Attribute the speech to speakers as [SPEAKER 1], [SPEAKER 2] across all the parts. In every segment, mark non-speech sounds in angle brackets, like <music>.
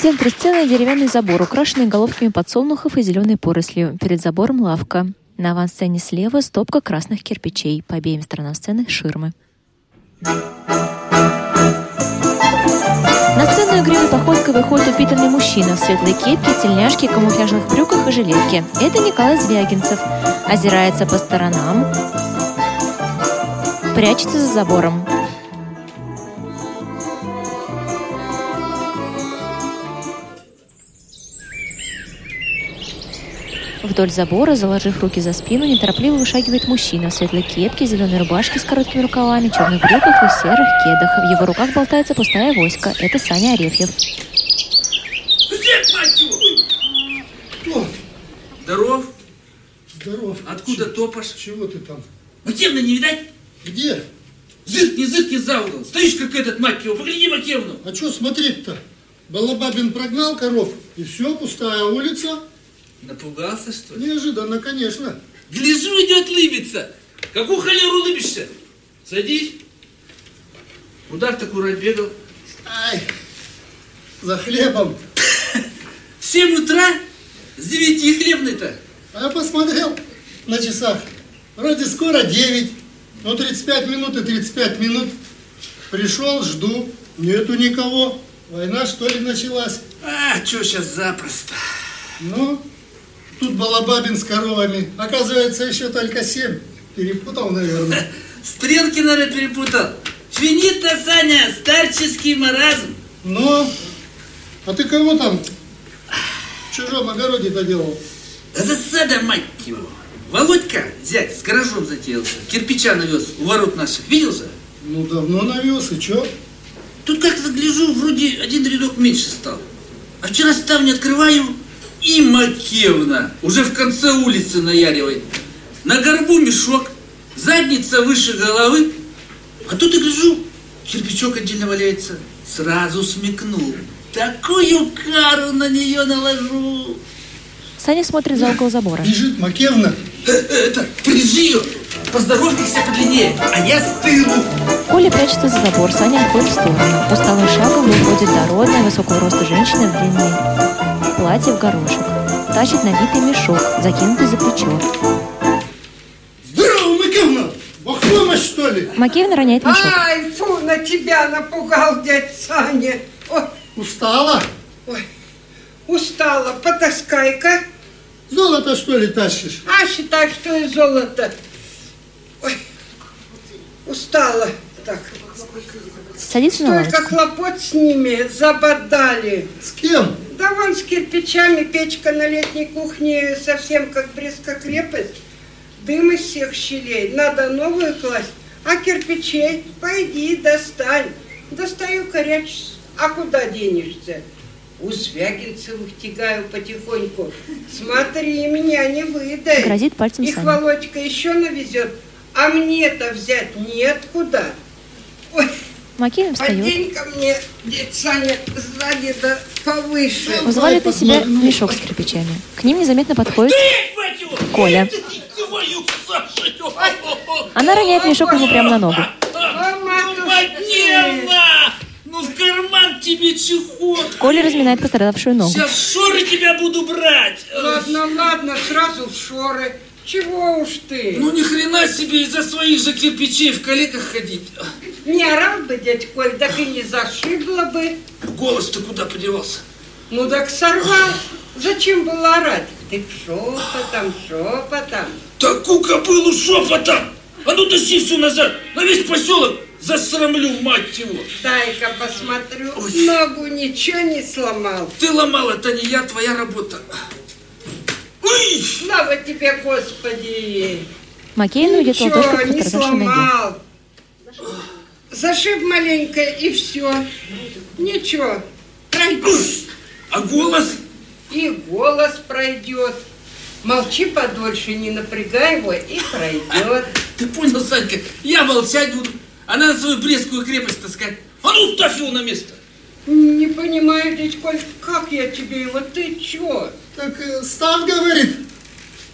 [SPEAKER 1] центре сцены деревянный забор, украшенный головками подсолнухов и зеленой порослью. Перед забором лавка. На авансцене слева стопка красных кирпичей. По обеим сторонам сцены ширмы. На сцену игривой походкой выходит упитанный мужчина в светлой кепке, тельняшке, камуфляжных брюках и жилетке. Это Николай Звягинцев. Озирается по сторонам, прячется за забором. Вдоль забора, заложив руки за спину, неторопливо вышагивает мужчина в светлой кепке, зеленой рубашке с короткими рукавами, черных брюках и серых кедах. В его руках болтается пустая войска. Это Саня Арефьев.
[SPEAKER 2] Привет, мать его!
[SPEAKER 3] О,
[SPEAKER 2] Здоров?
[SPEAKER 3] здоров.
[SPEAKER 2] Откуда
[SPEAKER 3] Чё-
[SPEAKER 2] топаешь?
[SPEAKER 3] Чего ты там?
[SPEAKER 2] Макевна не видать?
[SPEAKER 3] Где?
[SPEAKER 2] Зыркни, зыркни за угол. Стоишь, как этот, мать его. Погляди Макевну.
[SPEAKER 3] А что смотреть-то? Балабабин прогнал коров, и все, пустая улица.
[SPEAKER 2] Напугался, что ли?
[SPEAKER 3] Неожиданно, конечно.
[SPEAKER 2] Гляжу, идет лыбиться. Какую холеру лыбишься? Садись. Удар так урать бегал.
[SPEAKER 3] Ай, за хлебом.
[SPEAKER 2] В 7 утра? С 9 хлебный-то.
[SPEAKER 3] А я посмотрел на часах. Вроде скоро 9. Ну, 35 минут и 35 минут. Пришел, жду. Нету никого. Война, что ли, началась?
[SPEAKER 2] А, чё сейчас запросто.
[SPEAKER 3] Ну, тут Балабабин с коровами. Оказывается, еще только 7. Перепутал, наверное.
[SPEAKER 2] Стрелки, наверное, перепутал. Финита, Саня, старческий маразм.
[SPEAKER 3] Ну, а ты кого там в чужом огороде-то делал?
[SPEAKER 2] Да засада, мать его! Володька, зять, с гаражом затеялся. Кирпича навез у ворот наших, видел же?
[SPEAKER 3] Ну, давно навез, и чё?
[SPEAKER 2] Тут как-то гляжу, вроде один рядок меньше стал. А вчера ставни открываю, и Макевна уже в конце улицы наяривает. На горбу мешок, задница выше головы. А тут и гляжу, кирпичок отдельно валяется. Сразу смекнул. Такую кару на нее наложу.
[SPEAKER 1] Саня смотрит за угол забора.
[SPEAKER 3] Бежит Макевна.
[SPEAKER 2] Э, э, Это, прижи ее, поздоровайся подлиннее, а я стыру.
[SPEAKER 1] Коля прячется за забор, Саня отходит в сторону. Усталым шагом выходит дородная, высокого роста женщина в длинной платье в горошек. Тащит набитый мешок, закинутый за плечо.
[SPEAKER 3] Здорово, Макевна! Бог в помощь, что ли?
[SPEAKER 1] Макеевна роняет мешок.
[SPEAKER 4] Ай, фу, на тебя напугал дядь Саня. Ой,
[SPEAKER 3] Устала?
[SPEAKER 4] ой, устала, потаскай-ка.
[SPEAKER 3] Золото, что ли, тащишь?
[SPEAKER 4] А считай, что и золото. Ой, устала. Так,
[SPEAKER 1] Садится на лавочку.
[SPEAKER 4] только хлопот с ними забодали.
[SPEAKER 3] С кем?
[SPEAKER 4] Да вон с кирпичами печка на летней кухне совсем как Брестская крепость. Дым из всех щелей. Надо новую класть. А кирпичей пойди достань. Достаю корячусь. А куда денешься? У Звягинцевых тягаю потихоньку. Смотри, меня не выдай.
[SPEAKER 1] Грозит пальцем
[SPEAKER 4] Их
[SPEAKER 1] Саня.
[SPEAKER 4] Володька еще навезет. А мне-то взять неоткуда. Ой,
[SPEAKER 1] Макеевна встает.
[SPEAKER 4] подень ко мне, дядь Саня, сзади да повыше.
[SPEAKER 1] Взвалит на себя
[SPEAKER 3] Подмигнул.
[SPEAKER 1] мешок с кирпичами. К ним незаметно подходит
[SPEAKER 2] Эй, мать его!
[SPEAKER 1] Коля.
[SPEAKER 2] Ты твою сажать! О-о-о!
[SPEAKER 1] Она роняет мешок ему прямо на ногу.
[SPEAKER 4] О, матушка!
[SPEAKER 2] Поднема! Ну в карман тебе чехотка!
[SPEAKER 1] Коля разминает пострадавшую ногу.
[SPEAKER 2] Сейчас шоры тебя буду брать!
[SPEAKER 4] Ладно, ладно, сразу в шоры. Чего уж ты?
[SPEAKER 2] Ну ни хрена себе из-за своих же кирпичей в калеках ходить.
[SPEAKER 4] Не орал бы, дядь Коль, так и не зашибла бы.
[SPEAKER 2] Голос-то куда подевался?
[SPEAKER 4] Ну так сорвал. Зачем было орать? Ты б шепотом, шепотом.
[SPEAKER 2] Таку кобылу шепотом! А ну тащи всю назад! На весь поселок засрамлю, мать его!
[SPEAKER 4] Дай-ка посмотрю.
[SPEAKER 2] Ой.
[SPEAKER 4] Ногу ничего не сломал.
[SPEAKER 2] Ты ломала, это не я, твоя работа. Ой!
[SPEAKER 4] Слава тебе, Господи!
[SPEAKER 1] Макеевна уйдет
[SPEAKER 4] Ничего,
[SPEAKER 1] ладошкой к
[SPEAKER 4] не
[SPEAKER 1] пострадавшей ноге.
[SPEAKER 4] сломал. Зашиб маленько и все. Ничего. Пройдет.
[SPEAKER 2] А голос?
[SPEAKER 4] И голос пройдет. Молчи подольше, не напрягай его, и пройдет.
[SPEAKER 2] Ты понял, Санька? Я молчать буду. Она на свою Брестскую крепость таскать. А ну, ставь его на место.
[SPEAKER 4] Не понимаю, дядь Коль, как я тебе его, ты чё?
[SPEAKER 3] Так э, Став говорит.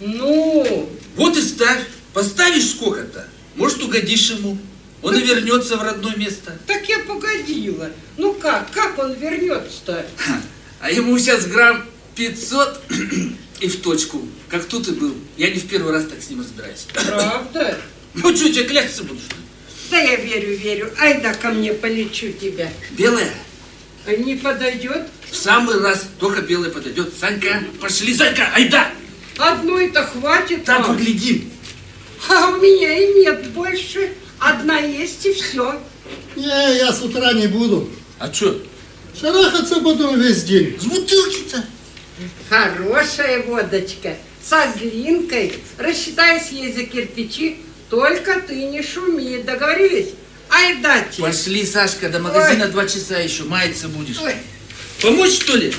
[SPEAKER 4] Ну,
[SPEAKER 2] Вот и ставь. Поставишь сколько-то. Может, угодишь ему. Он и вернется в родное место.
[SPEAKER 4] так я погодила. Ну как, как он вернется-то?
[SPEAKER 2] А ему сейчас грамм 500 <clears throat> и в точку. Как тут и был. Я не в первый раз так с ним разбираюсь.
[SPEAKER 4] Правда?
[SPEAKER 2] Ну что, я тебе клясться буду, что ли?
[SPEAKER 4] Да я верю, верю. Ай да ко мне полечу тебя.
[SPEAKER 2] Белая?
[SPEAKER 4] А Не подойдет?
[SPEAKER 2] В самый раз только белая подойдет. Санька, пошли, Санька, айда!
[SPEAKER 4] Одной-то хватит
[SPEAKER 2] Там
[SPEAKER 4] вам.
[SPEAKER 2] поглядим.
[SPEAKER 4] А у меня и нет больше. Одна есть и все.
[SPEAKER 3] Не, я с утра не буду.
[SPEAKER 2] А что?
[SPEAKER 3] Шарахаться потом весь день.
[SPEAKER 2] С бутылки-то?
[SPEAKER 4] Хорошая водочка. Со злинкой. Рассчитаюсь ей за кирпичи. Только ты не шуми. Договорились? Ай дайте.
[SPEAKER 2] Пошли, Сашка, до магазина
[SPEAKER 4] Ой.
[SPEAKER 2] два часа еще, маяться будешь.
[SPEAKER 4] Ой,
[SPEAKER 2] Помочь, что ли?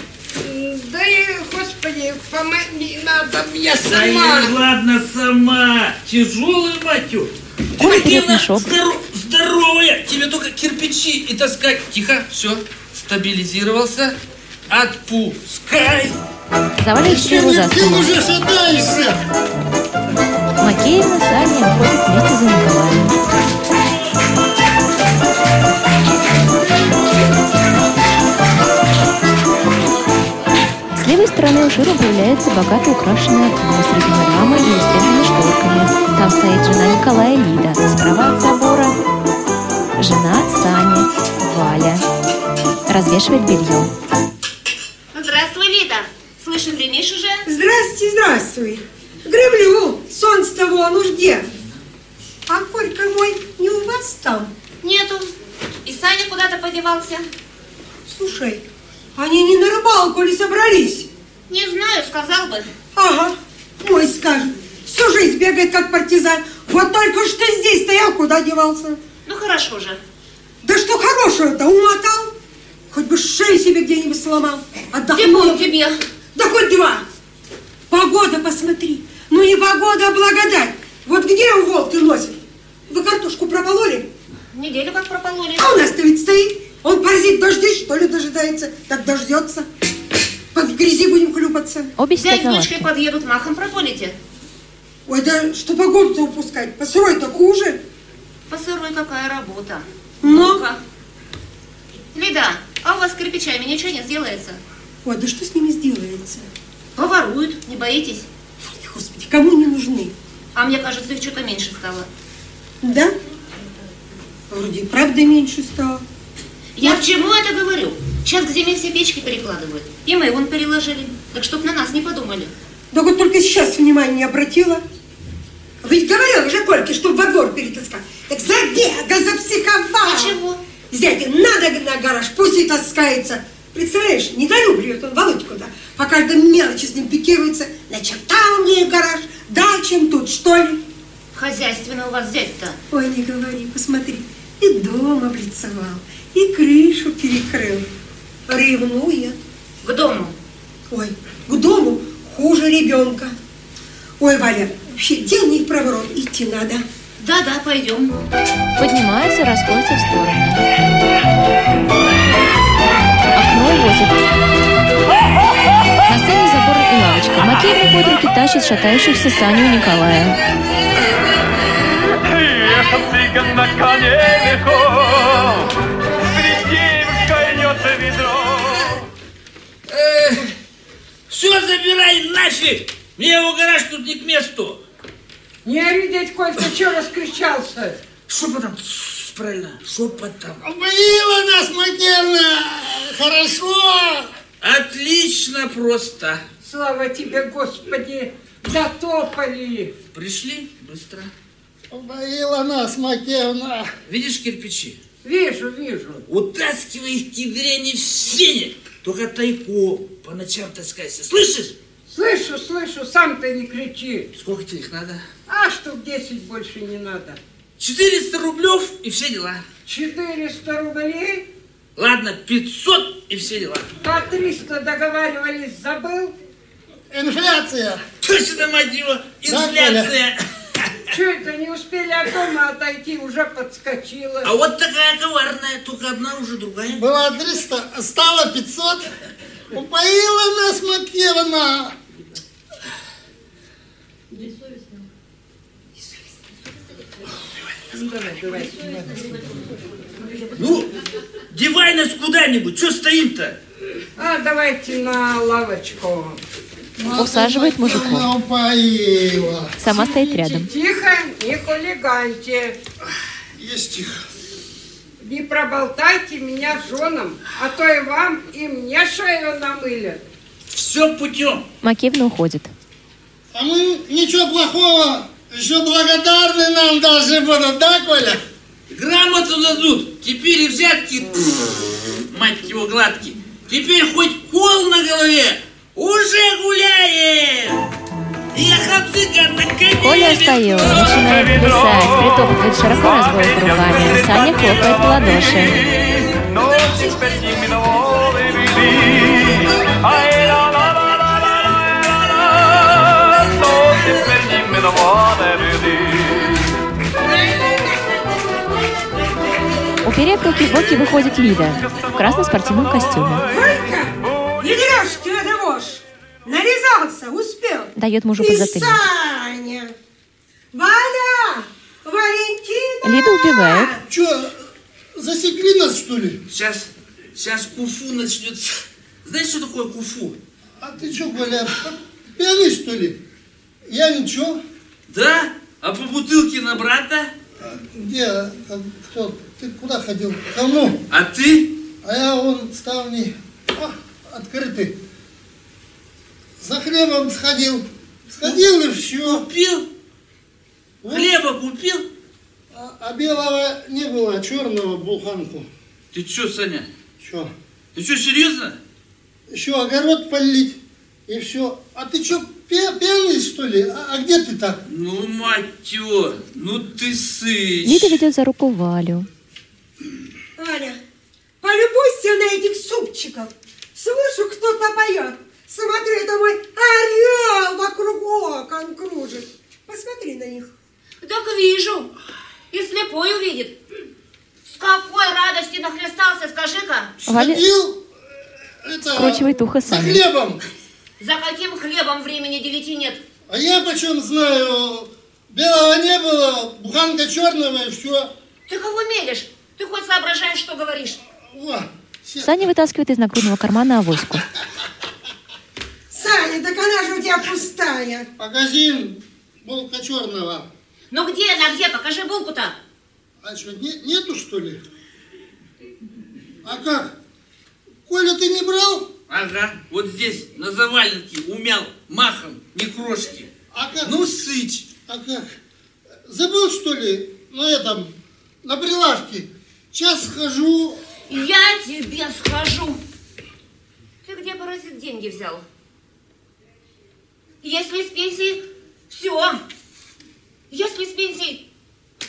[SPEAKER 4] м, Да и, господи, помоги, надо мне
[SPEAKER 2] Да
[SPEAKER 4] сама.
[SPEAKER 2] я, ладно, сама. Тяжелую матью. Ты,
[SPEAKER 1] Ой,
[SPEAKER 2] Евгения,
[SPEAKER 1] мешок.
[SPEAKER 2] здоро- здоровая. Тебе только кирпичи и таскать. Тихо, все, стабилизировался. Отпускай.
[SPEAKER 1] Заваливающий его за
[SPEAKER 3] ты
[SPEAKER 1] спину.
[SPEAKER 3] уже шатаешься.
[SPEAKER 1] Макеевна с Аней уходят вместе за Николаем. С левой стороны у шира появляется богато украшенное окно с разнорамой и естественно шторками. Там стоит жена Николая Лида, справа от забора жена Сани, Валя. Развешивает белье.
[SPEAKER 5] Ну, Здравствуй, Лида. Слышу, гремишь уже?
[SPEAKER 4] Здрасте, здравствуй. Греблю, солнце-то вон уж где. А Колька мой не у вас там?
[SPEAKER 5] Нету. И Саня куда-то подевался.
[SPEAKER 4] Слушай, они не на рыбалку ли собрались?
[SPEAKER 5] Не знаю, сказал бы.
[SPEAKER 4] Ага, мой скажет. Всю жизнь бегает, как партизан. Вот только что здесь стоял, куда девался.
[SPEAKER 5] Ну хорошо же.
[SPEAKER 4] Да что хорошего-то, умотал? Хоть бы шею себе где-нибудь сломал. Отдохнул.
[SPEAKER 5] Типун тебе.
[SPEAKER 4] Да хоть два. Погода посмотри. Ну не погода, а благодать. Вот где у волки носит? Вы картошку пропололи?
[SPEAKER 5] Неделю как пропололи.
[SPEAKER 4] А у нас-то ведь стоит. Он паразит дождей, что ли, дожидается. Так дождется. Под грязи будем хлюпаться.
[SPEAKER 1] Обе сидят
[SPEAKER 5] Дядь с
[SPEAKER 1] на
[SPEAKER 5] дочкой
[SPEAKER 1] лавке.
[SPEAKER 5] подъедут, махом прополите.
[SPEAKER 4] Ой, да что погоду-то упускать? По сырой-то хуже.
[SPEAKER 5] По сырой какая работа.
[SPEAKER 4] Ну?
[SPEAKER 5] Ну-ка. Лида, а у вас с кирпичами ничего не сделается?
[SPEAKER 4] Ой, да что с ними сделается?
[SPEAKER 5] Поворуют, не боитесь?
[SPEAKER 4] Ой, Господи, кому не нужны?
[SPEAKER 5] А мне кажется, их что-то меньше стало.
[SPEAKER 4] Да? Вроде и правда меньше стало.
[SPEAKER 5] Я к чему это говорю? Сейчас к зиме все печки перекладывают. И мы вон переложили. Так чтоб на нас не подумали.
[SPEAKER 4] Да вот только сейчас внимания не обратила. А Ведь говорила же Кольке, что во двор перетаскал. Так забега, запсиховал.
[SPEAKER 5] Ничего.
[SPEAKER 4] Зятя, надо на гараж, пусть и таскается. Представляешь, недолюбливает он Володьку-то. По каждой мелочи с ним пикируется. Начертал мне гараж, дачем тут, что ли.
[SPEAKER 5] Хозяйственно у вас зять-то.
[SPEAKER 4] Ой, не говори, посмотри. И дом облицевал, и крышу перекрыл. Ревнует.
[SPEAKER 5] К дому.
[SPEAKER 4] Ой, к дому хуже ребенка. Ой, Валя, вообще дел не в проворот, идти надо.
[SPEAKER 5] Да-да, пойдем.
[SPEAKER 1] поднимаются, расходятся в стороны. Окно возит. На сцене забор и лавочка. Макеевна под руки тащит шатающихся Саню и Николая.
[SPEAKER 6] Эх, цыган на коне легко, с Редеевской нётся ведро.
[SPEAKER 2] Все забирай нафиг. Мне его гараж тут не к месту.
[SPEAKER 4] Не видеть, Колька, что раскричался?
[SPEAKER 2] Шепотом. Тссс, Правильно, шепотом.
[SPEAKER 3] Обманила нас, Макерна. Хорошо.
[SPEAKER 2] Отлично просто.
[SPEAKER 4] Слава тебе, Господи, затопали.
[SPEAKER 2] Пришли быстро.
[SPEAKER 3] Обманила нас, Макерна.
[SPEAKER 2] Видишь кирпичи?
[SPEAKER 4] Вижу, вижу.
[SPEAKER 2] Утаскивай их тебе не в сене. Только тайком по ночам таскайся. Слышишь?
[SPEAKER 4] Слышу, слышу, сам ты не кричи.
[SPEAKER 2] Сколько тебе их надо?
[SPEAKER 4] А штук десять больше не надо.
[SPEAKER 2] 400 рублев и все дела.
[SPEAKER 4] 400 рублей,
[SPEAKER 2] Ладно, 500 и все дела.
[SPEAKER 4] по 300 договаривались, забыл?
[SPEAKER 3] Инфляция.
[SPEAKER 2] Точно, мать его,
[SPEAKER 3] Да,
[SPEAKER 2] инфляция.
[SPEAKER 4] Че это, не успели от дома отойти, уже подскочила.
[SPEAKER 2] А вот такая коварная, только одна уже другая.
[SPEAKER 3] Было 300, стало 500. Упоила нас, Макерна.
[SPEAKER 2] Ну, девай нас куда-нибудь, что стоим-то?
[SPEAKER 4] А
[SPEAKER 7] А давайте на лавочку.
[SPEAKER 1] Усаживает мужиков.
[SPEAKER 3] Она упоила.
[SPEAKER 1] Сама стоит рядом.
[SPEAKER 7] Тихо, не хулиганьте.
[SPEAKER 3] Есть тихо.
[SPEAKER 7] Не проболтайте меня женам, а то и вам, и мне шею намылят.
[SPEAKER 2] Все путем.
[SPEAKER 1] Макеевна уходит.
[SPEAKER 3] А мы ничего плохого, еще благодарны нам должны будут, да, Коля?
[SPEAKER 2] Грамоту дадут. Теперь и взятки, пф, мать его, гладкий. Теперь хоть кол на голове. Уже гуляем. Я хацыган на коне.
[SPEAKER 1] Коля остаёт, начинает плясать, притопывает широко разводит руками. Саня хлопает в ладоши.
[SPEAKER 6] Noche interminable de vivir. Ay, la, la, la, la, la, la, la, la. Noche interminable de vivir.
[SPEAKER 1] Уперев руки в боки, выходит Лида в красном спортивном костюме.
[SPEAKER 4] Не грешь, Кирдовош! Нарезался, успел.
[SPEAKER 1] Дает мужу
[SPEAKER 4] И
[SPEAKER 1] подзатыльник.
[SPEAKER 4] Саня! Валя! Валентина!
[SPEAKER 1] Лида убегает.
[SPEAKER 3] Че, засекли нас, что ли?
[SPEAKER 2] Сейчас, сейчас куфу начнется. Знаешь, что такое куфу?
[SPEAKER 3] А ты что, Коля, пьяный, что ли? Я ничего.
[SPEAKER 2] Да? А по бутылке на брата?
[SPEAKER 3] А Где, а, кто, ты куда ходил? Кому?
[SPEAKER 2] А ты?
[SPEAKER 3] А я вон ставни а, открыты. За хлебом сходил. Сходил и все.
[SPEAKER 2] Купил? Хлеба купил?
[SPEAKER 3] А, а белого не было, а черного буханку.
[SPEAKER 2] Ты чё, Саня?
[SPEAKER 3] Че?
[SPEAKER 2] Ты чё, серьезно?
[SPEAKER 3] Еще огород полить и все. А ты что, пьяный что ли? А, а где ты так?
[SPEAKER 2] Ну, мать его, ну ты сыч.
[SPEAKER 1] Лида ведет за руку Валю.
[SPEAKER 4] Валя, полюбуйся на этих супчиков. Слышу, кто-то поет. Смотрю, это мой орел вокруг окон кружит. Посмотри на них.
[SPEAKER 5] Так вижу. И слепой увидит. С какой радости нахлестался, скажи-ка.
[SPEAKER 1] Валя
[SPEAKER 3] Сходил э, это,
[SPEAKER 1] скручивает ухо
[SPEAKER 3] за
[SPEAKER 1] Саня.
[SPEAKER 3] хлебом.
[SPEAKER 5] За каким хлебом времени девяти нет?
[SPEAKER 3] А я почем знаю, белого не было, буханка черного и все.
[SPEAKER 5] Ты кого мелешь? Ты хоть соображаешь, что говоришь?
[SPEAKER 3] О, все.
[SPEAKER 1] Саня вытаскивает из нагрудного кармана авоську.
[SPEAKER 4] Саня, так она же у тебя пустая.
[SPEAKER 3] Магазин булка черного.
[SPEAKER 5] Ну где она, где? Покажи булку-то.
[SPEAKER 3] А что, не- нету что ли? А как? Коля, ты не брал?
[SPEAKER 2] Ага, вот здесь, на заваленке, умял, махом, не крошки.
[SPEAKER 3] А как?
[SPEAKER 2] Ну, сыч.
[SPEAKER 3] А как? Забыл что ли на этом, на прилавке? Сейчас схожу.
[SPEAKER 5] Я тебе схожу. Ты где, паразит, деньги взял? Если с пенсии... Все. Если с пенсии...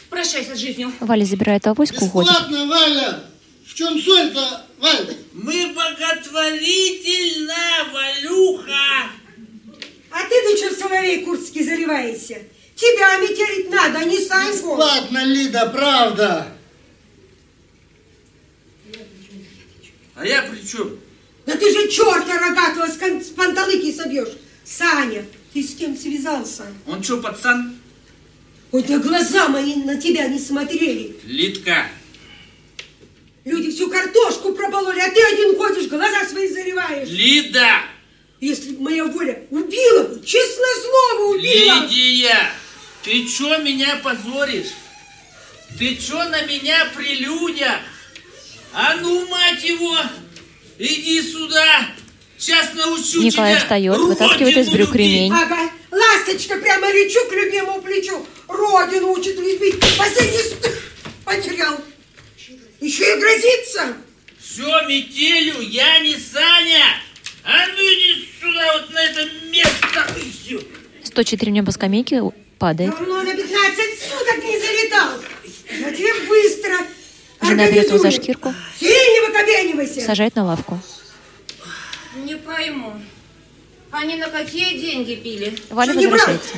[SPEAKER 5] Прощайся с жизнью.
[SPEAKER 1] Валя забирает авоську, уходит.
[SPEAKER 3] Бесплатно, Валя. В чем соль-то, Валь?
[SPEAKER 2] Мы боготворительна, Валюха.
[SPEAKER 4] А ты-то что, соловей курдский, заливаешься? Тебя метелить надо, а не Саньку.
[SPEAKER 3] Бесплатно, Лида, правда.
[SPEAKER 2] А я при чем?
[SPEAKER 4] Да ты же черта рогатого с кон- с панталыки собьешь. Саня, ты с кем связался?
[SPEAKER 2] Он что, пацан?
[SPEAKER 4] Ой, да глаза мои на тебя не смотрели.
[SPEAKER 2] Литка.
[SPEAKER 4] Люди всю картошку пробололи, а ты один ходишь, глаза свои заливаешь.
[SPEAKER 2] Лида.
[SPEAKER 4] Если бы моя воля убила бы, честно слово убила. бы.
[SPEAKER 2] Лидия. Ты чё меня позоришь? Ты чё на меня при людях? А ну, мать его, иди сюда. Сейчас научу
[SPEAKER 1] Николай
[SPEAKER 2] тебя.
[SPEAKER 1] встает,
[SPEAKER 2] родину
[SPEAKER 1] вытаскивает из брюк
[SPEAKER 2] любить.
[SPEAKER 1] ремень.
[SPEAKER 4] Ага, ласточка прямо лечу к любимому плечу. Родину учит любить. Последний ст... потерял. Еще и грозится.
[SPEAKER 2] Все, метелю, я не Саня! А ну иди сюда, вот на это место! и всё.
[SPEAKER 1] Стучит ремнем по скамейке, у- падает.
[SPEAKER 4] Давно на 15 суток не залетал. Я тебе быстро
[SPEAKER 1] Жена берет его за
[SPEAKER 4] организую.
[SPEAKER 1] шкирку,
[SPEAKER 4] Сири, не выкобенивайся.
[SPEAKER 1] сажает на лавку.
[SPEAKER 5] Не пойму. Они на какие деньги били?
[SPEAKER 1] Валя
[SPEAKER 4] Что, не брал?
[SPEAKER 1] возвращается.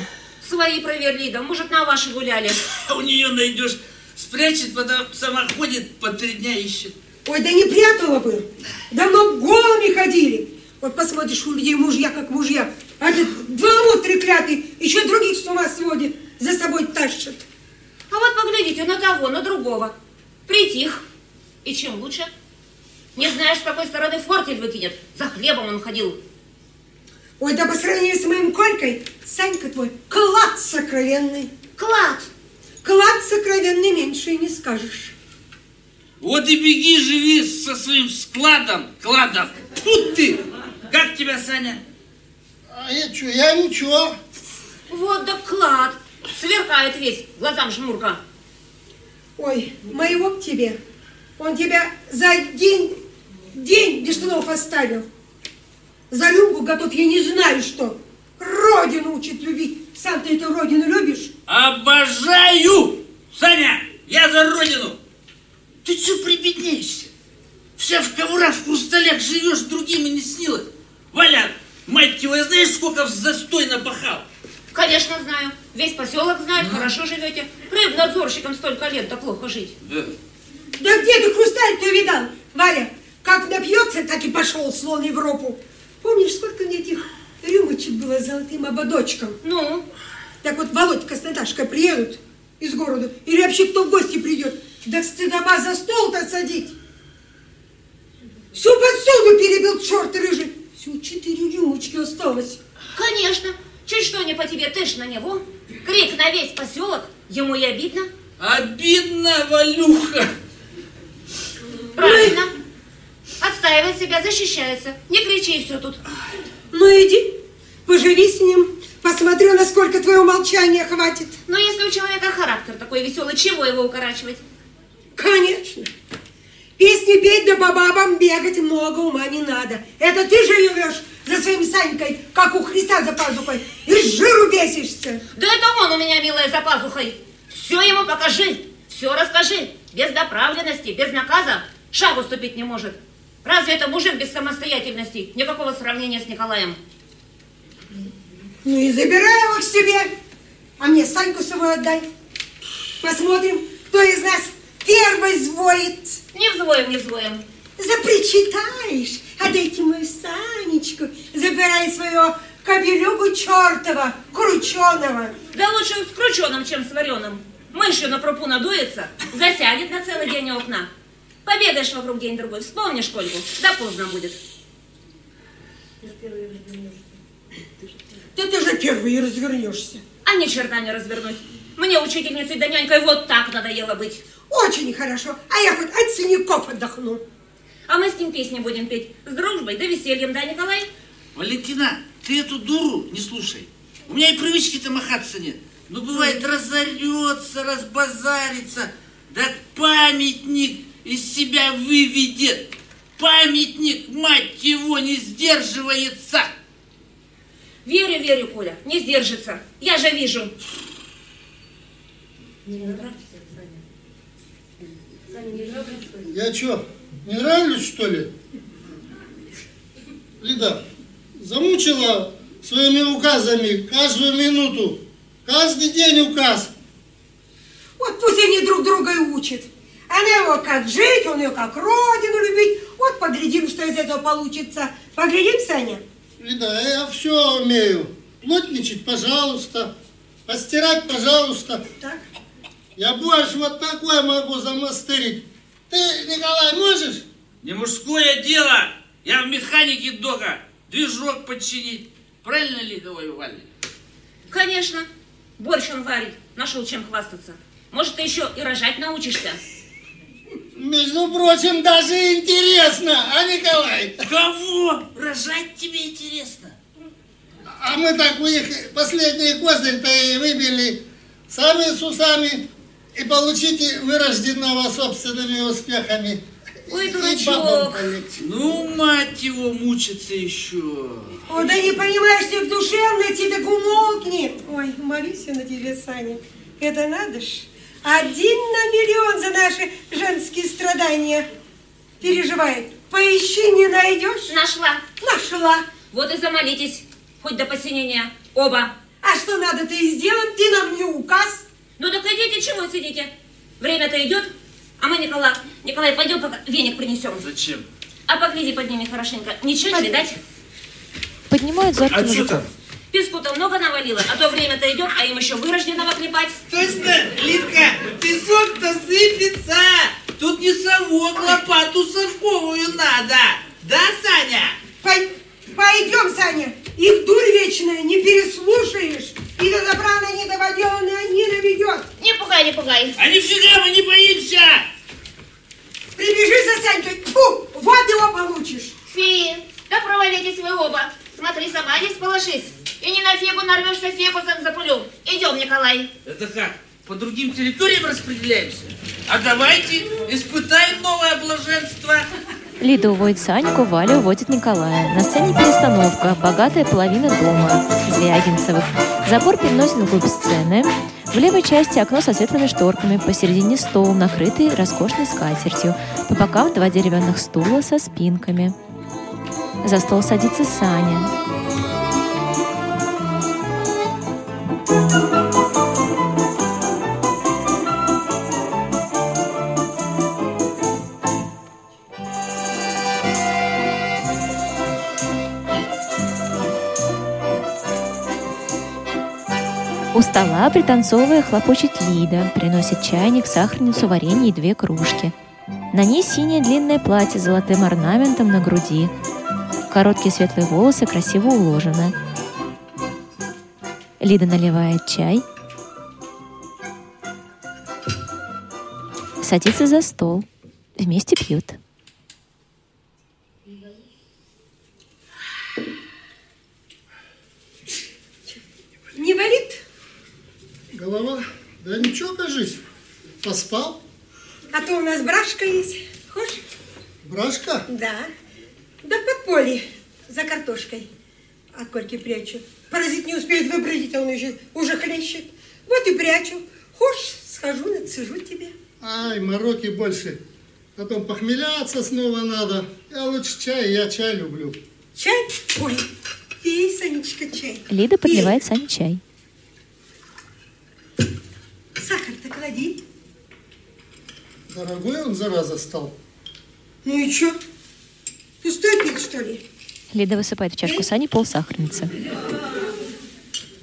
[SPEAKER 5] Свои проверли, да может на ваши гуляли.
[SPEAKER 2] А У нее найдешь, спрячет, потом сама ходит, по три дня ищет.
[SPEAKER 4] Ой, да не прятала бы. Давно б голыми ходили. Вот посмотришь, у людей мужья как мужья. А этот дламут треклятый еще других с ума сводит. За собой тащит.
[SPEAKER 5] А вот поглядите на того, на другого. Притих. И чем лучше? Не знаешь, с какой стороны фортель выкинет. За хлебом он ходил.
[SPEAKER 4] Ой, да по сравнению с моим Колькой, Санька твой клад сокровенный.
[SPEAKER 5] Клад!
[SPEAKER 4] Клад сокровенный меньше и не скажешь.
[SPEAKER 2] Вот и беги, живи со своим складом, кладом. Тут ты! Как тебя, Саня?
[SPEAKER 3] А я чё, я ничего.
[SPEAKER 5] Вот да клад! Сверкает весь, глазам жмурка.
[SPEAKER 4] Ой, моего к тебе. Он тебя за день, день без штанов оставил. За рюмку готов, я не знаю что. Родину учит любить. Сам ты эту родину любишь?
[SPEAKER 2] Обожаю! Саня, я за родину! Ты чё прибедняешься? Вся в коврах, в хрусталях живешь, другим и не снилось. Валя, мать его, я знаешь, сколько в застой напахал?
[SPEAKER 5] Конечно, знаю. Весь поселок знает, хорошо живете. Рыбнадзорщикам столько лет, да плохо жить.
[SPEAKER 2] Да.
[SPEAKER 4] Да где ты хрусталь-то видал, Варя? Как напьется, так и пошел, слон в Европу. Помнишь, сколько мне этих рюмочек было с золотым ободочком?
[SPEAKER 5] Ну,
[SPEAKER 4] Так вот, Володька с Наташкой приедут из города, или вообще кто в гости придет, да стыдоба за стол-то садить. Всю посуду перебил черт рыжий. Всего четыре рюмочки осталось.
[SPEAKER 5] конечно. Чуть что не по тебе, ты ж на него. Крик на весь поселок, ему и обидно.
[SPEAKER 2] Обидно, Валюха!
[SPEAKER 5] Правильно. Отстаивает себя, защищается. Не кричи, и все тут.
[SPEAKER 4] Ну иди, поживи с ним. Посмотрю, насколько твоего молчания хватит.
[SPEAKER 5] Но если у человека характер такой веселый, чего его укорачивать?
[SPEAKER 4] Конечно. Песни петь да по бабам бегать много ума не надо. Это ты же живешь за своим Санькой, как у Христа за пазухой, и с жиру бесишься.
[SPEAKER 5] Да это он у меня, милая, за пазухой. Все ему покажи, все расскажи. Без доправленности, без наказа шагу ступить не может. Разве это мужик без самостоятельности? Никакого сравнения с Николаем.
[SPEAKER 4] Ну и забирай его к себе, а мне Саньку свою отдай. Посмотрим, кто из нас первый звоит.
[SPEAKER 5] Не взвоем, не взвоем.
[SPEAKER 4] Запричитаешь, отдайте мою Санечку, забирай своего кобелюгу чертова, крученого.
[SPEAKER 5] Да лучше с крученым, чем с вареным. Мышью на пропу надуется, засядет на целый день у окна. Побегаешь вокруг день-другой, вспомнишь Кольку, да поздно будет.
[SPEAKER 4] Да ты же первый и развернешься.
[SPEAKER 5] А ни черта не развернусь. Мне учительницей да нянькой вот так надоело быть.
[SPEAKER 4] Очень хорошо, а я хоть от синяков отдохну.
[SPEAKER 5] А мы с ним песни будем петь. С дружбой да весельем, да, Николай?
[SPEAKER 2] Валентина, ты эту дуру не слушай. У меня и привычки-то махаться нет. Ну, бывает, разорется, разбазарится, да памятник из себя выведет. Памятник, мать его, не сдерживается.
[SPEAKER 5] Верю, верю, Коля, не сдержится. Я же вижу.
[SPEAKER 3] Я чё, не нравлюсь, что ли? Лида, замучила своими указами каждую минуту, каждый день указ.
[SPEAKER 4] Вот пусть они друг друга и учат. Она его как жить, он ее как родину любить. Вот поглядим, что из этого получится. Поглядим, Саня?
[SPEAKER 3] Лида, я все умею. Плотничать, пожалуйста. Постирать, пожалуйста.
[SPEAKER 4] Так.
[SPEAKER 3] Я больше вот такое могу замастырить. Ты, Николай, можешь?
[SPEAKER 2] Не мужское дело. Я в механике дока. Движок подчинить. Правильно ли, давай, Валя?
[SPEAKER 5] Конечно. Борщ он варит. Нашел чем хвастаться. Может, ты еще и рожать научишься.
[SPEAKER 3] Между прочим, даже интересно, а, Николай?
[SPEAKER 2] Кого? Рожать тебе интересно?
[SPEAKER 3] А мы так у них последний козырь-то и выбили сами с усами. И получите вырожденного собственными успехами.
[SPEAKER 5] Ой,
[SPEAKER 3] И
[SPEAKER 5] дурачок.
[SPEAKER 3] бабам полегче.
[SPEAKER 2] Ну, мать его, мучится еще.
[SPEAKER 4] О, да не понимаешь, ты в душе найти, так умолкни. Ой, молюсь я на тебе, Саня. Это надо ж. Один на миллион за наши женские страдания. Переживает. Поищи, не найдешь.
[SPEAKER 5] Нашла.
[SPEAKER 4] Нашла.
[SPEAKER 5] Вот и замолитесь. Хоть до посинения. Оба.
[SPEAKER 4] А что надо-то и сделать? Ты нам не указ.
[SPEAKER 5] Ну так идите, чего сидите? Время-то идет. А мы, Николай, Николай, пойдем пока веник принесем.
[SPEAKER 2] Зачем?
[SPEAKER 5] А погляди под ними хорошенько. Ничего не видать.
[SPEAKER 1] Поднимают за руки мужика.
[SPEAKER 5] Песку-то много навалило, а то время-то идет, а им еще вырожденного клепать.
[SPEAKER 2] Точно, Литка, песок-то сыпется! Тут не совок, лопату совковую надо. Да, Саня?
[SPEAKER 4] Пой- пойдем, Саня, их дурь вечная не переслушаешь, и до добра она не доводенная не наведет.
[SPEAKER 5] Не пугай, не пугай.
[SPEAKER 2] А нифига мы не боимся!
[SPEAKER 4] Прибежи за Санькой, фу, вот его получишь.
[SPEAKER 5] Фи, да провалитесь вы оба. Смотри, сама не сполошись. И не на фигу нарвешься, фикусом запулю. Идем, Николай.
[SPEAKER 2] Это как? По другим территориям распределяемся? А давайте испытаем новое блаженство.
[SPEAKER 1] Лида уводит Саньку, Валя уводит Николая. На сцене перестановка, богатая половина дома Звягинцевых. Забор переносен вглубь сцены. В левой части окно со светлыми шторками, посередине стол, накрытый роскошной скатертью. По бокам два деревянных стула со спинками. За стол садится Саня. У стола, пританцовывая, хлопочет Лида, приносит чайник, сахарницу, варенье и две кружки. На ней синее длинное платье с золотым орнаментом на груди. Короткие светлые волосы красиво уложены. Лида наливает чай. Садится за стол. Вместе пьют.
[SPEAKER 4] Не болит?
[SPEAKER 3] Голова? Да ничего, кажись. Поспал.
[SPEAKER 4] А то у нас брашка есть. Хочешь?
[SPEAKER 3] Брашка?
[SPEAKER 4] Да. Да под поле, за картошкой. От Кольки прячу. Паразит не успеет выбродить, а он еще уже хлещет. Вот и прячу. Хочешь, схожу, нацежу тебе.
[SPEAKER 3] Ай, мороки больше. Потом похмеляться снова надо. Я лучше чай, я чай люблю.
[SPEAKER 4] Чай? Ой, пей, Санечка, чай.
[SPEAKER 1] Лида
[SPEAKER 4] Пей.
[SPEAKER 1] подливает Сане чай.
[SPEAKER 4] Сахар-то клади.
[SPEAKER 3] Дорогой он, зараза, стал.
[SPEAKER 4] Ну и что? Пустой пить, что ли?
[SPEAKER 1] Лида высыпает в чашку Сани пол сахарницы.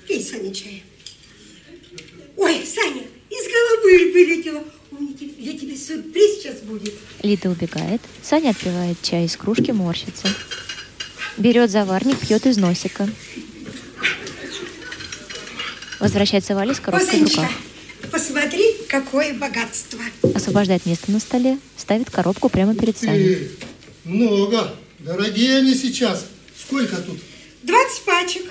[SPEAKER 4] Пей, Саня, чай. Ой, Саня, из головы вылетела. У меня тебе- Для тебя сюрприз сейчас будет.
[SPEAKER 1] Лида убегает. Саня отпивает чай из кружки, морщится. Берет заварник, пьет из носика. Возвращается Валя с
[SPEAKER 4] Ой,
[SPEAKER 1] коробкой в
[SPEAKER 4] Санечка,
[SPEAKER 1] руках.
[SPEAKER 4] посмотри, какое богатство.
[SPEAKER 1] Освобождает место на столе, ставит коробку прямо перед Саней.
[SPEAKER 3] Эй, много. Дорогие они сейчас. Сколько тут?
[SPEAKER 4] 20 пачек.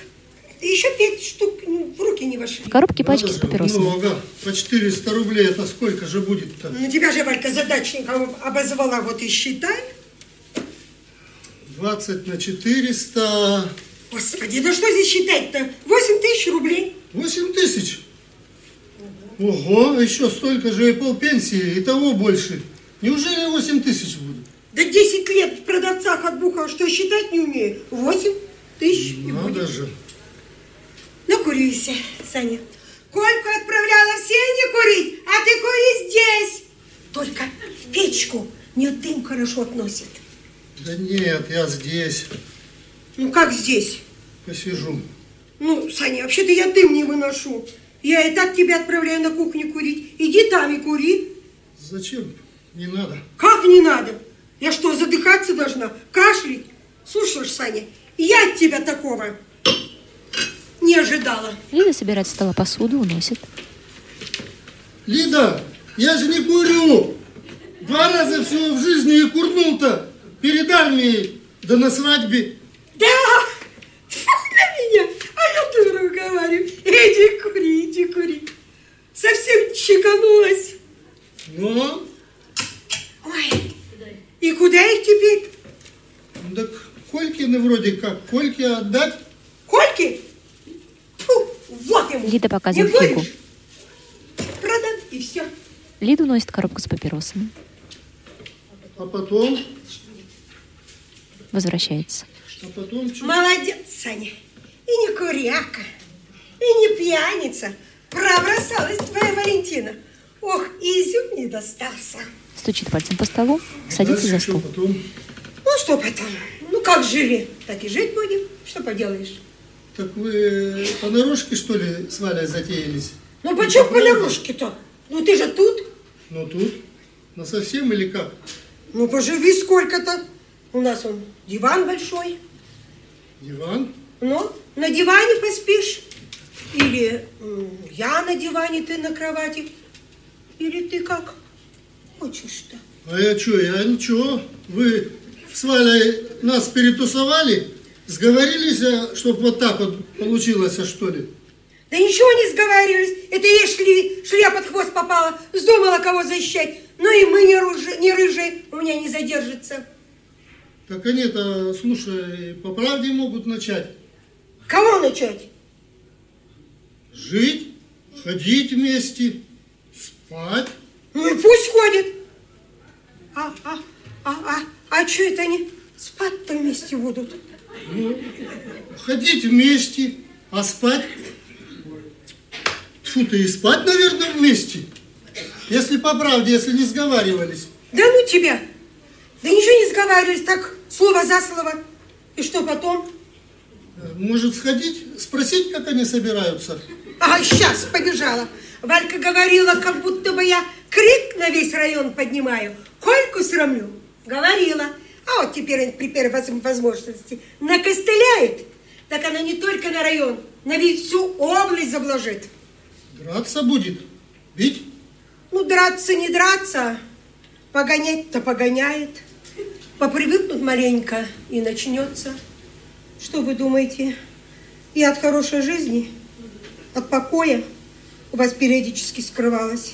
[SPEAKER 4] И еще 5 штук ну, в руки не вошли.
[SPEAKER 1] В коробке пачки
[SPEAKER 3] Надо
[SPEAKER 1] с
[SPEAKER 3] же,
[SPEAKER 1] папиросами.
[SPEAKER 3] Много. По 400 рублей это сколько же будет-то?
[SPEAKER 4] Ну, тебя же, Валька, задачником обозвала, вот и считай.
[SPEAKER 3] 20 на 400.
[SPEAKER 4] Господи, да что здесь считать-то? 8 тысяч рублей.
[SPEAKER 3] 8 тысяч. Ого, еще столько же и полпенсии, и того больше. Неужели 8 тысяч будет?
[SPEAKER 4] Да 10 лет в продавцах отбухал, что считать не умею. 8 тысяч и будет.
[SPEAKER 3] Надо же.
[SPEAKER 4] Накурюйся, Саня. Кольку отправляла все не курить, а ты кури здесь. Только в печку. Не дым хорошо относит.
[SPEAKER 3] Да нет, я здесь
[SPEAKER 4] Ну как здесь?
[SPEAKER 3] посижу.
[SPEAKER 4] Ну, Саня, вообще-то я дым не выношу. Я и так тебя отправляю на кухню курить. Иди там и кури.
[SPEAKER 3] Зачем? Не надо.
[SPEAKER 4] Как не надо? Я что, задыхаться должна? Кашлять? Слушаешь, Саня, я от тебя такого не ожидала.
[SPEAKER 1] Лида собирает с стола посуду, уносит.
[SPEAKER 3] Лида, я же не курю. Два раза всего в жизни и курнул-то. Перед армией, да на свадьбе.
[SPEAKER 4] Да! Тьфу на меня! А я дура говорю. Иди кури, иди кури. Совсем чеканулась.
[SPEAKER 3] Но,
[SPEAKER 4] Ой, и куда их теперь?
[SPEAKER 3] ну так Колькины вроде как. Кольки отдать?
[SPEAKER 4] Кольки? Фу, вот ему.
[SPEAKER 1] Лида показывает
[SPEAKER 4] Не
[SPEAKER 1] фигу.
[SPEAKER 4] будешь? Продам и все.
[SPEAKER 1] Лида уносит коробку с папиросами.
[SPEAKER 3] А потом?
[SPEAKER 1] Возвращается.
[SPEAKER 3] А потом что?
[SPEAKER 4] Молодец, Саня. И не куряка, и не пьяница. Пробросалась твоя Валентина. Ох, и изюм не достался.
[SPEAKER 1] Стучит пальцем по столу, садится за
[SPEAKER 3] Дальше чё
[SPEAKER 1] стол.
[SPEAKER 3] потом?
[SPEAKER 4] Ну что потом? Ну как жили, так и жить будем. Что поделаешь?
[SPEAKER 3] Так вы по наружке, что ли, с Валей затеялись?
[SPEAKER 4] Ну почему по наружке-то? Ну ты же Ну, тут.
[SPEAKER 3] Ну тут. На совсем или как?
[SPEAKER 4] Ну, поживи сколько-то. У нас он диван большой.
[SPEAKER 3] Диван?
[SPEAKER 4] Ну, на диване поспишь. Или м, я на диване, ты на кровати. Или ты как хочешь-то.
[SPEAKER 3] А я что, я ничего. Вы с Валей нас перетусовали, сговорились, чтобы вот так вот получилось, а что ли?
[SPEAKER 4] Да ничего не сговаривались. Это ей шли, шля под хвост попала. Вздумала кого защищать. Ну и мы не, ружи- не рыжие. У меня не задержится.
[SPEAKER 3] Так они-то, слушай, по правде могут начать
[SPEAKER 4] Кого начать?
[SPEAKER 3] жить, ходить вместе, спать.
[SPEAKER 4] Ну и пусть ходит. А, а, а, а, а что это они спать-то вместе будут?
[SPEAKER 3] Ходить вместе, а спать? Тьфу, ты и спать, наверное, вместе. Если по правде, если не сговаривались.
[SPEAKER 4] Да ну тебя! Да ничего не сговаривались, так слово за слово. И что потом?
[SPEAKER 3] Э, Может, сходить, спросить, как они собираются?
[SPEAKER 4] А, сейчас побежала. Валька говорила, как будто бы я крик на весь район поднимаю, Кольку срамлю. Говорила. А вот теперь при первой воз- возможности накостыляет. Так она не только на район, на весь- всю область заблажит.
[SPEAKER 3] Драться будет. Ведь?
[SPEAKER 4] Ну, драться не драться, погонять-то погоняет. Попривыкнут маленько и начнется. Что вы думаете, я от хорошей жизни, от покоя у вас периодически скрывалась?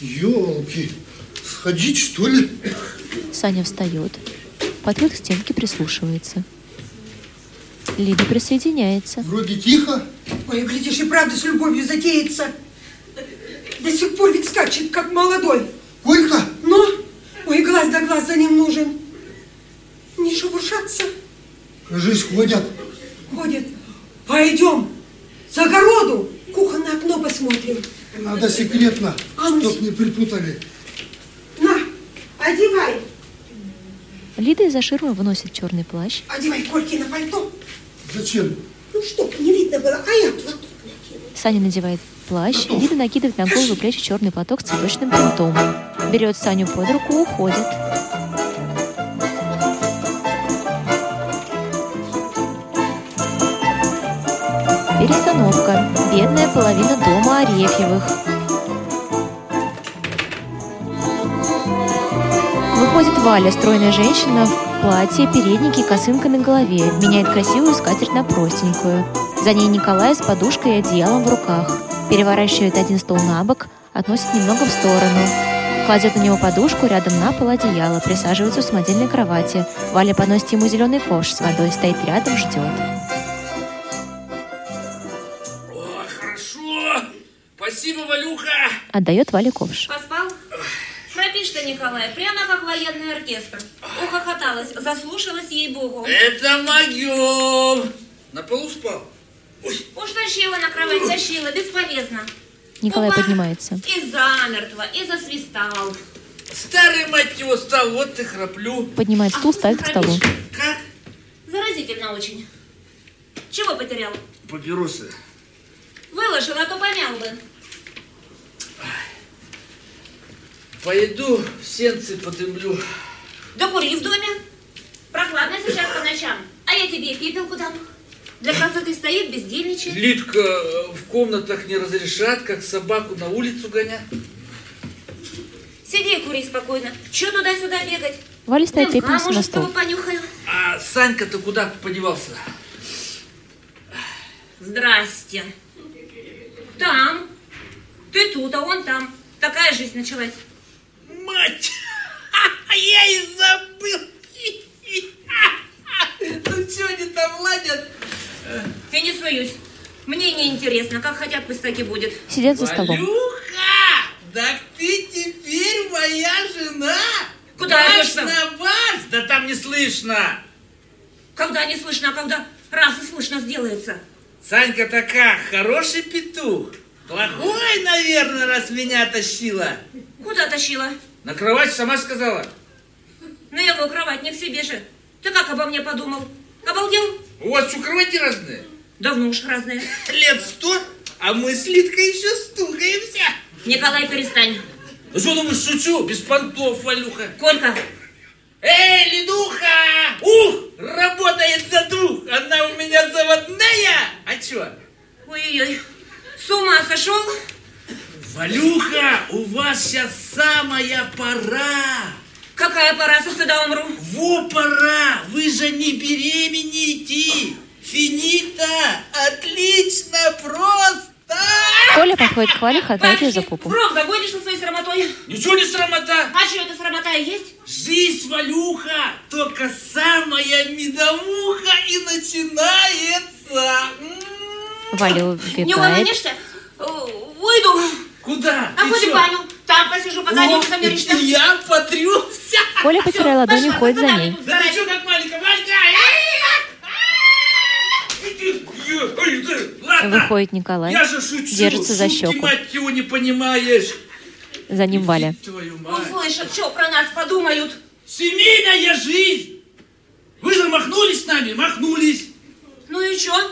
[SPEAKER 3] Елки, сходить, что ли?
[SPEAKER 1] Саня встает, подходит к стенке, прислушивается. Лида присоединяется.
[SPEAKER 3] Вроде тихо.
[SPEAKER 4] Ой, глядишь, и правда с любовью затеется. До сих пор ведь скачет, как молодой.
[SPEAKER 3] Колька,
[SPEAKER 4] Но, ой, глаз да глаз за ним нужен. Не шебуршаться.
[SPEAKER 3] кажись, ходят.
[SPEAKER 4] Ходит. Пойдем за огороду. Кухонное окно посмотрим.
[SPEAKER 3] Надо секретно,
[SPEAKER 4] А, ну-
[SPEAKER 3] чтоб не припутали.
[SPEAKER 4] На, одевай.
[SPEAKER 1] Лида из-за ширмы выносит черный плащ.
[SPEAKER 4] Одевай кольки на пальто.
[SPEAKER 3] Зачем?
[SPEAKER 4] Ну, чтоб не видно было. А я платок накину.
[SPEAKER 1] Саня надевает плащ. Лида накидывает на голову и плечи черный платок с цветочным принтом. Берет Саню под руку, уходит. Перестановка. Бедная половина дома Арефьевых. Выходит Валя, стройная женщина в платье, переднике и косынкой на голове. Меняет красивую скатерть на простенькую. За ней Николай с подушкой и одеялом в руках. Переворачивает один стол на бок, относит немного в сторону. Кладет на него подушку, рядом на пол одеяло, присаживается у самодельной кровати. Валя подносит ему зеленый ковш с водой, стоит рядом, ждет.
[SPEAKER 2] О, хорошо. Спасибо, Валюха.
[SPEAKER 1] Отдает Вале ковш.
[SPEAKER 5] Поспал? Храпишь ты, Николай, прямо как военный оркестр. Ухохоталась, заслушалась ей-богу.
[SPEAKER 2] Это моё. На полу спал.
[SPEAKER 5] Уж тащила на кровать, тащила, бесполезно.
[SPEAKER 1] Николай
[SPEAKER 5] Опа!
[SPEAKER 1] поднимается.
[SPEAKER 5] И замертво, и засвистал.
[SPEAKER 2] Старый, мать его, стал, вот и храплю.
[SPEAKER 1] Поднимает стул,
[SPEAKER 5] А
[SPEAKER 1] ставит к столу.
[SPEAKER 5] храпишь?
[SPEAKER 2] Как?
[SPEAKER 5] Заразительно очень. Чего потерял?
[SPEAKER 2] Папиросы.
[SPEAKER 5] Выложил, а то помял бы.
[SPEAKER 2] Пойду в сенцы подымлю.
[SPEAKER 5] Да кури в доме. Прохладно сейчас по ночам. А я тебе и пепелку дам. Для красоты стоит, бездельничает.
[SPEAKER 2] Литка э, в комнатах не разрешат, как собаку на улицу гонят.
[SPEAKER 5] Сиди и кури спокойно. Че туда-сюда бегать?
[SPEAKER 1] Валя ставит
[SPEAKER 5] Дымка,
[SPEAKER 1] пепельницу на
[SPEAKER 5] может, с
[SPEAKER 1] стол.
[SPEAKER 5] тобой понюхаю.
[SPEAKER 2] А Санька-то куда подевался?
[SPEAKER 5] Здрасте. Там. Ты тут, а он там. Такая жизнь началась.
[SPEAKER 2] Мать! <laughs> Я и забыл! <laughs> Ну что они там ладят?
[SPEAKER 5] Я не суюсь. Мне не интересно, как хотят, пусть так и будет.
[SPEAKER 1] Сидят за столом.
[SPEAKER 2] Валюха! Так ты теперь моя жена!
[SPEAKER 5] Куда
[SPEAKER 2] Баш
[SPEAKER 5] идешь-то?
[SPEAKER 2] на баш! Да там не слышно!
[SPEAKER 5] Когда не слышно, а когда раз и слышно сделается.
[SPEAKER 2] Санька такая, хороший петух. Плохой, наверное, раз меня тащила.
[SPEAKER 5] Куда тащила?
[SPEAKER 2] На кровать сама сказала.
[SPEAKER 5] На его кровать, не к себе же. Ты как обо мне подумал? Обалдел?
[SPEAKER 2] У вас что, кровати разные?
[SPEAKER 5] Давно уж разные.
[SPEAKER 2] Лет сто, а мы с Литкой еще стукаемся.
[SPEAKER 5] Николай, перестань.
[SPEAKER 2] Ну что думаешь, шучу? Без понтов, Валюха.
[SPEAKER 5] Колька,
[SPEAKER 2] Эй, Ледуха! Ух, работает за двух! Она у меня заводная! А чё?
[SPEAKER 5] ой-ой-ой, с ума сошел?
[SPEAKER 2] Валюха, у вас сейчас самая пора!
[SPEAKER 5] Какая пора, со стыда умру.
[SPEAKER 2] Во пора! Вы же не беременеете! Финита! Отлично! Просто!
[SPEAKER 1] Коля подходит к Вале, хватает ее за
[SPEAKER 5] Папочки,
[SPEAKER 1] попу.
[SPEAKER 5] враг загонишь со своей срамотой.
[SPEAKER 2] Ничего не срамота!
[SPEAKER 5] А что, эта срамота и есть?
[SPEAKER 2] Жизнь, Валюха, только самая медовуха и начинается! М.
[SPEAKER 1] Валя
[SPEAKER 5] Не
[SPEAKER 1] убегает.
[SPEAKER 5] угомонишься? Э, Уйду.
[SPEAKER 2] Куда?
[SPEAKER 5] А
[SPEAKER 2] Ты
[SPEAKER 5] хоть в
[SPEAKER 2] чё?
[SPEAKER 5] баню. Там посижу, пока не утомишься.
[SPEAKER 2] О, и Я потрюсь!
[SPEAKER 1] Коля, потирая ладони, уходит за ней.
[SPEAKER 2] Да ты что как маленькая, маленькая? Ай! Ай, ты, ё, ой, ты, Ладно,
[SPEAKER 1] Выходит Николай.
[SPEAKER 2] я же шучу.
[SPEAKER 1] держится за
[SPEAKER 2] Шутки,
[SPEAKER 1] щеку.
[SPEAKER 2] мать его, не понимаешь.
[SPEAKER 1] За ним Валя.
[SPEAKER 2] Твою мать.
[SPEAKER 5] Услышат, что а про нас подумают.
[SPEAKER 2] Семейная жизнь. Вы же махнулись с нами, махнулись.
[SPEAKER 5] Ну и что?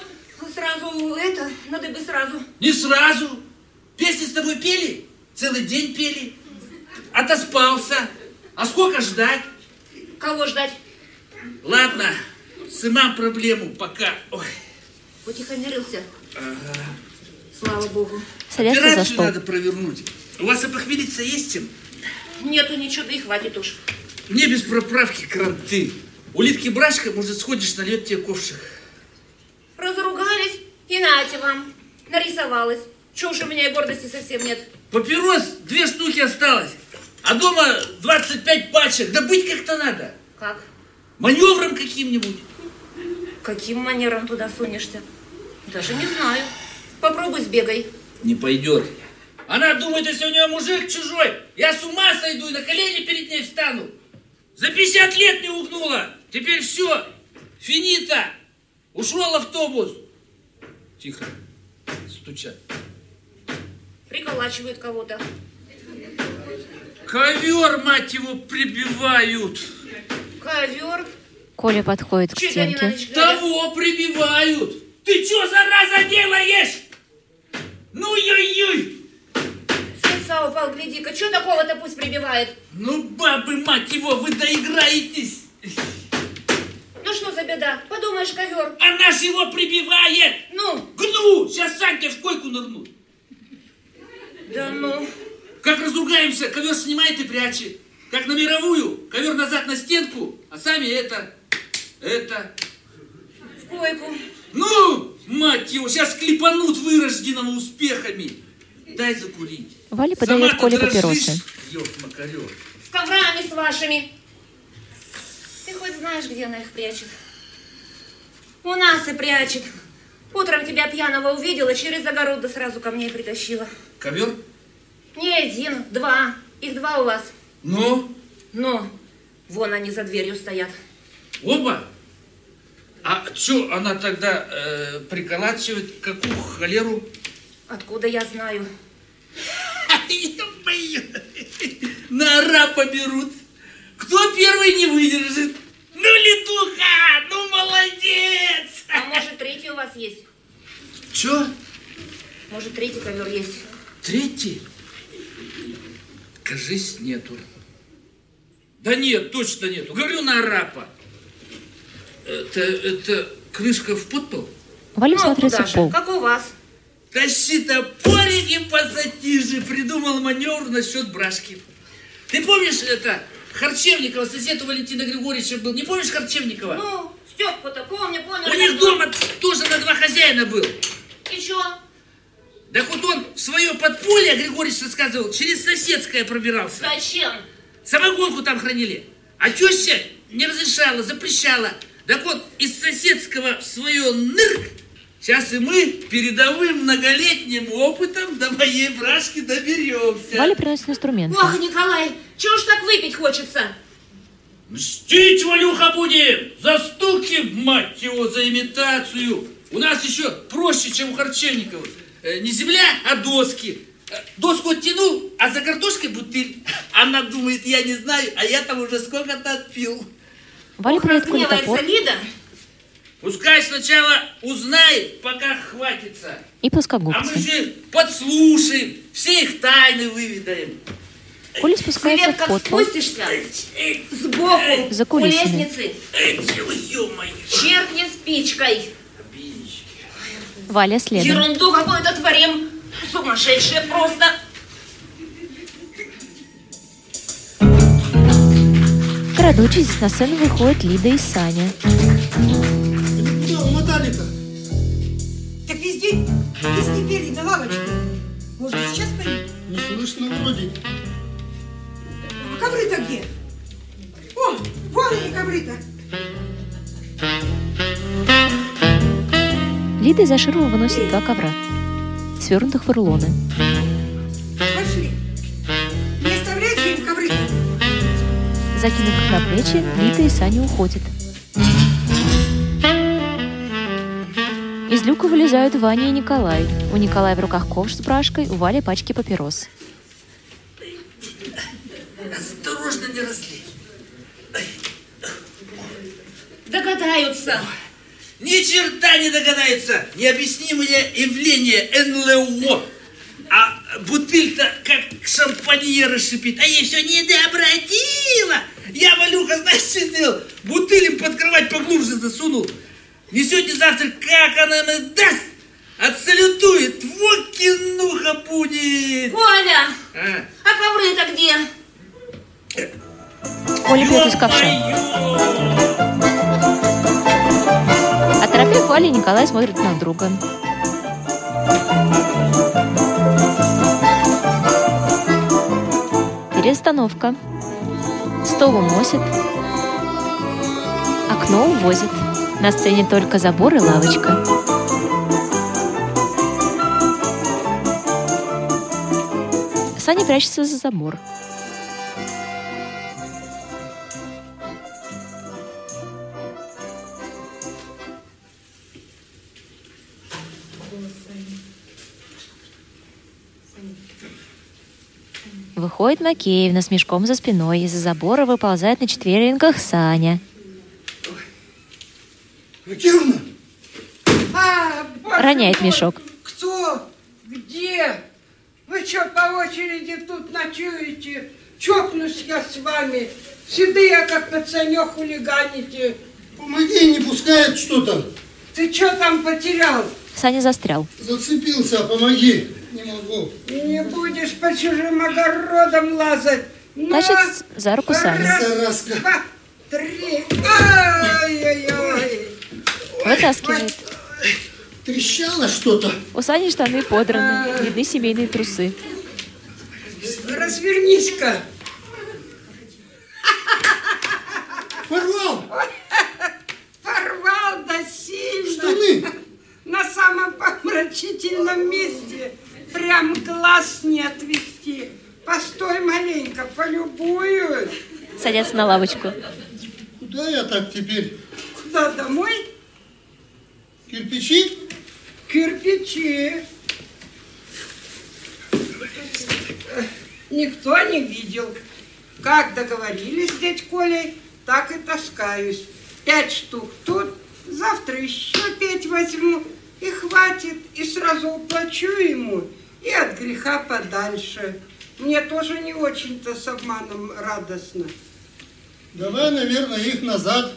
[SPEAKER 5] Сразу это, надо бы сразу.
[SPEAKER 2] Не сразу. Песни с тобой пели? Целый день пели. Отоспался. А сколько ждать?
[SPEAKER 5] Кого ждать?
[SPEAKER 2] Ладно, сама проблему пока. Ой.
[SPEAKER 5] Утихомирился. Слава богу.
[SPEAKER 1] Садятся за
[SPEAKER 2] Операцию
[SPEAKER 1] стол.
[SPEAKER 2] надо провернуть. У вас опохмелиться есть чем?
[SPEAKER 5] Нету ничего, да и хватит уж.
[SPEAKER 2] Мне без проправки кранты. У Литки Брашка, может, сходишь, нальет тебе ковшик.
[SPEAKER 5] Разругались, и нате вам. Нарисовалась. Чё уж у меня и гордости совсем нет.
[SPEAKER 2] Папирос, две штуки осталось. А дома 25 пачек. Да быть как-то надо.
[SPEAKER 5] Как?
[SPEAKER 2] Маневром каким-нибудь.
[SPEAKER 5] Каким манером туда сунешься? Даже не знаю. Попробуй сбегай.
[SPEAKER 2] Не пойдет. Она думает, если у нее мужик чужой, я с ума сойду и на колени перед ней встану. За 50 лет не угнула. Теперь все. Финита. Ушел автобус. Тихо. Стучат.
[SPEAKER 5] Приколачивают кого-то.
[SPEAKER 2] Ковер, мать его, прибивают.
[SPEAKER 5] Ковер.
[SPEAKER 1] Коля подходит к
[SPEAKER 5] Чуть они на
[SPEAKER 1] стенке.
[SPEAKER 5] ночь глядят.
[SPEAKER 2] Того прибивают. Ты чё, зараза, делаешь? Ну, ей-ей.
[SPEAKER 5] С лица упал, гляди-ка. Чё такого-то пусть прибивает?
[SPEAKER 2] Ну, бабы, мать его, вы доиграетесь.
[SPEAKER 5] Ну что за беда? Подумаешь, ковер.
[SPEAKER 2] Она ж его прибивает.
[SPEAKER 5] Ну,
[SPEAKER 2] Гну, сейчас Санька в койку нырнут.
[SPEAKER 5] да ну.
[SPEAKER 2] Как разругаемся, ковер снимает и прячет. Как на мировую, ковер назад на стенку, а сами это, это.
[SPEAKER 5] В койку.
[SPEAKER 2] Ну, мать его, сейчас клепанут вырожденного успехами. Дай закурить.
[SPEAKER 1] Валя подает
[SPEAKER 2] Сама-то
[SPEAKER 1] Коле
[SPEAKER 2] дрожишь,
[SPEAKER 1] папиросы.
[SPEAKER 2] ёп-макарёк.
[SPEAKER 5] С коврами с вашими. Ты хоть знаешь, где она их прячет? У нас и прячет. Утром тебя пьяного увидела, через огород да сразу ко мне и притащила.
[SPEAKER 2] Ковер?
[SPEAKER 5] Не один, два. Их два у вас.
[SPEAKER 2] Ну,
[SPEAKER 5] Но вон они за дверью стоят.
[SPEAKER 2] оба. А чё она тогда э, приколачивает? Какую холеру?
[SPEAKER 5] Откуда я знаю?
[SPEAKER 2] На арапа берут. Кто первый не выдержит? Ну, летуха, ну молодец!
[SPEAKER 5] А может, третий у вас есть?
[SPEAKER 2] Чё?
[SPEAKER 5] Может, третий ковер есть?
[SPEAKER 2] Третий? Кажись, нету. Да нет, точно нету. Говорю на арапа. Это, это крышка в подпол?
[SPEAKER 1] Валя
[SPEAKER 5] Ну,
[SPEAKER 1] смотрится
[SPEAKER 5] куда
[SPEAKER 1] в
[SPEAKER 5] же?
[SPEAKER 1] пол.
[SPEAKER 5] Как у вас.
[SPEAKER 2] Тащи топорик и пассатижи. Придумал маневр насчет брашки. Ты помнишь это? Харчевникова, сосед у Валентина Григорьевича был. Не помнишь Харчевникова?
[SPEAKER 5] Ну, Степку-то помню, помню.
[SPEAKER 2] У них
[SPEAKER 5] помню.
[SPEAKER 2] дома тоже на два хозяина был.
[SPEAKER 5] И чё?
[SPEAKER 2] Так вот он в свое подполье, Григорьевич рассказывал, через соседское пробирался.
[SPEAKER 5] Зачем?
[SPEAKER 2] Самогонку там хранили. А теща не разрешала, запрещала. Так вот, из соседского в свое нырк, сейчас и мы передовым многолетним опытом до моей брашки доберемся.
[SPEAKER 1] Валя приносит инструмент.
[SPEAKER 5] Ох, Николай, чего ж так выпить хочется?
[SPEAKER 2] Мстить, Валюха, будем! За стуки, мать его, за имитацию! У нас еще проще, чем у Харчевникова. Э, Не земля, а доски. Э, Доску оттянул, а за картошкой бутыль. <laughs> Она думает, я не знаю, а я там уже сколько-то отпил.
[SPEAKER 1] Валя приносит Коле
[SPEAKER 5] Разгневается
[SPEAKER 1] топор
[SPEAKER 5] Лида.
[SPEAKER 2] Пускай сначала узнает, пока хватится.
[SPEAKER 1] и
[SPEAKER 2] А мы
[SPEAKER 1] плоскогубцы.
[SPEAKER 2] же подслушаем, все их тайны выведаем.
[SPEAKER 1] Коля спускается
[SPEAKER 5] Свет,
[SPEAKER 1] в
[SPEAKER 5] как
[SPEAKER 1] подпол.
[SPEAKER 5] спустишься, сбоку,
[SPEAKER 1] За
[SPEAKER 5] у
[SPEAKER 1] кулисами.
[SPEAKER 5] лестницы,
[SPEAKER 2] Ё-моё.
[SPEAKER 5] черкни спичкой.
[SPEAKER 1] Валя следом.
[SPEAKER 5] Ерунду какую-то творим. Сумасшедшие просто.
[SPEAKER 1] Крадучись, на сцену выходят Лида и Саня.
[SPEAKER 3] Ты куда умотали-то?
[SPEAKER 4] Так везде, везде перли на лавочке. Может, сейчас пойдем?
[SPEAKER 3] Не слышно вроде.
[SPEAKER 4] А ковры-то где? О, вон они ковры-то.
[SPEAKER 1] Лида из-за ширмы выносит два ковра, свернутых в рулоны.
[SPEAKER 4] Пошли. Не оставляйте им ковры-то.
[SPEAKER 1] Закинув их на плечи, Лида и Саня уходят. Из люка вылезают Ваня и Николай. У Николая в руках ковш с брашкой, у Вали пачки папирос.
[SPEAKER 2] Осторожно, не разлей.
[SPEAKER 5] Догадаются.
[SPEAKER 2] Ни черта не догадается. Необъяснимое явление НЛО. А бутыль-то как шампаньера шипит. А я все не обратила. Я, Валюха, знаешь, что сделал? Бутыль им под кровать поглубже засунул. Не сегодня-завтра, как она нам даст, отсалютует. Вот кинуха будет.
[SPEAKER 5] Коля,
[SPEAKER 2] А.
[SPEAKER 5] а ковры-то где?
[SPEAKER 1] Оля пьет из ковша. Оторопев Валя и А Николай смотрят на друга. Перестановка. Стол уносит. Окно увозит. На сцене только забор и лавочка. Саня прячется за забор. Выходит Макеевна с мешком за спиной. Из-за забора выползает на четвереньках Саня.
[SPEAKER 3] Макеевна,
[SPEAKER 7] А, боже
[SPEAKER 1] Роняет
[SPEAKER 7] мой,
[SPEAKER 1] мешок.
[SPEAKER 7] Кто? Где? Вы что, по очереди тут ночуете? Чокнусь я с вами. Седые, как пацанёк, хулиганите.
[SPEAKER 3] помоги, не пускает что-то.
[SPEAKER 7] Ты что там потерял?
[SPEAKER 1] Саня застрял.
[SPEAKER 3] Зацепился, помоги. Не могу.
[SPEAKER 7] Не будешь по чужим огородам лазать. На.
[SPEAKER 1] Тащит с- за руку Саню.
[SPEAKER 7] Раз,
[SPEAKER 3] Заразка.
[SPEAKER 7] два, три. Ай-яй-яй.
[SPEAKER 1] Вытаскивает.
[SPEAKER 3] Трещало что-то.
[SPEAKER 1] У Сани штаны подраны. Видны семейные трусы.
[SPEAKER 7] Развернись-ка.
[SPEAKER 3] Порвал.
[SPEAKER 7] Порвал да сильно.
[SPEAKER 3] Штаны.
[SPEAKER 7] На самом помрачительном месте. Прям глаз не отвести. Постой маленько, полюбуюсь.
[SPEAKER 1] Садятся на лавочку.
[SPEAKER 3] Куда я так теперь?
[SPEAKER 7] Куда домой?
[SPEAKER 3] Кирпичи?
[SPEAKER 7] Кирпичи. Никто не видел. Как договорились с дядь Колей, так и таскаюсь. Пять штук тут, завтра еще пять возьму. И хватит, и сразу уплачу ему, и от греха подальше. Мне тоже не очень-то с обманом радостно.
[SPEAKER 3] Давай, наверное, их назад.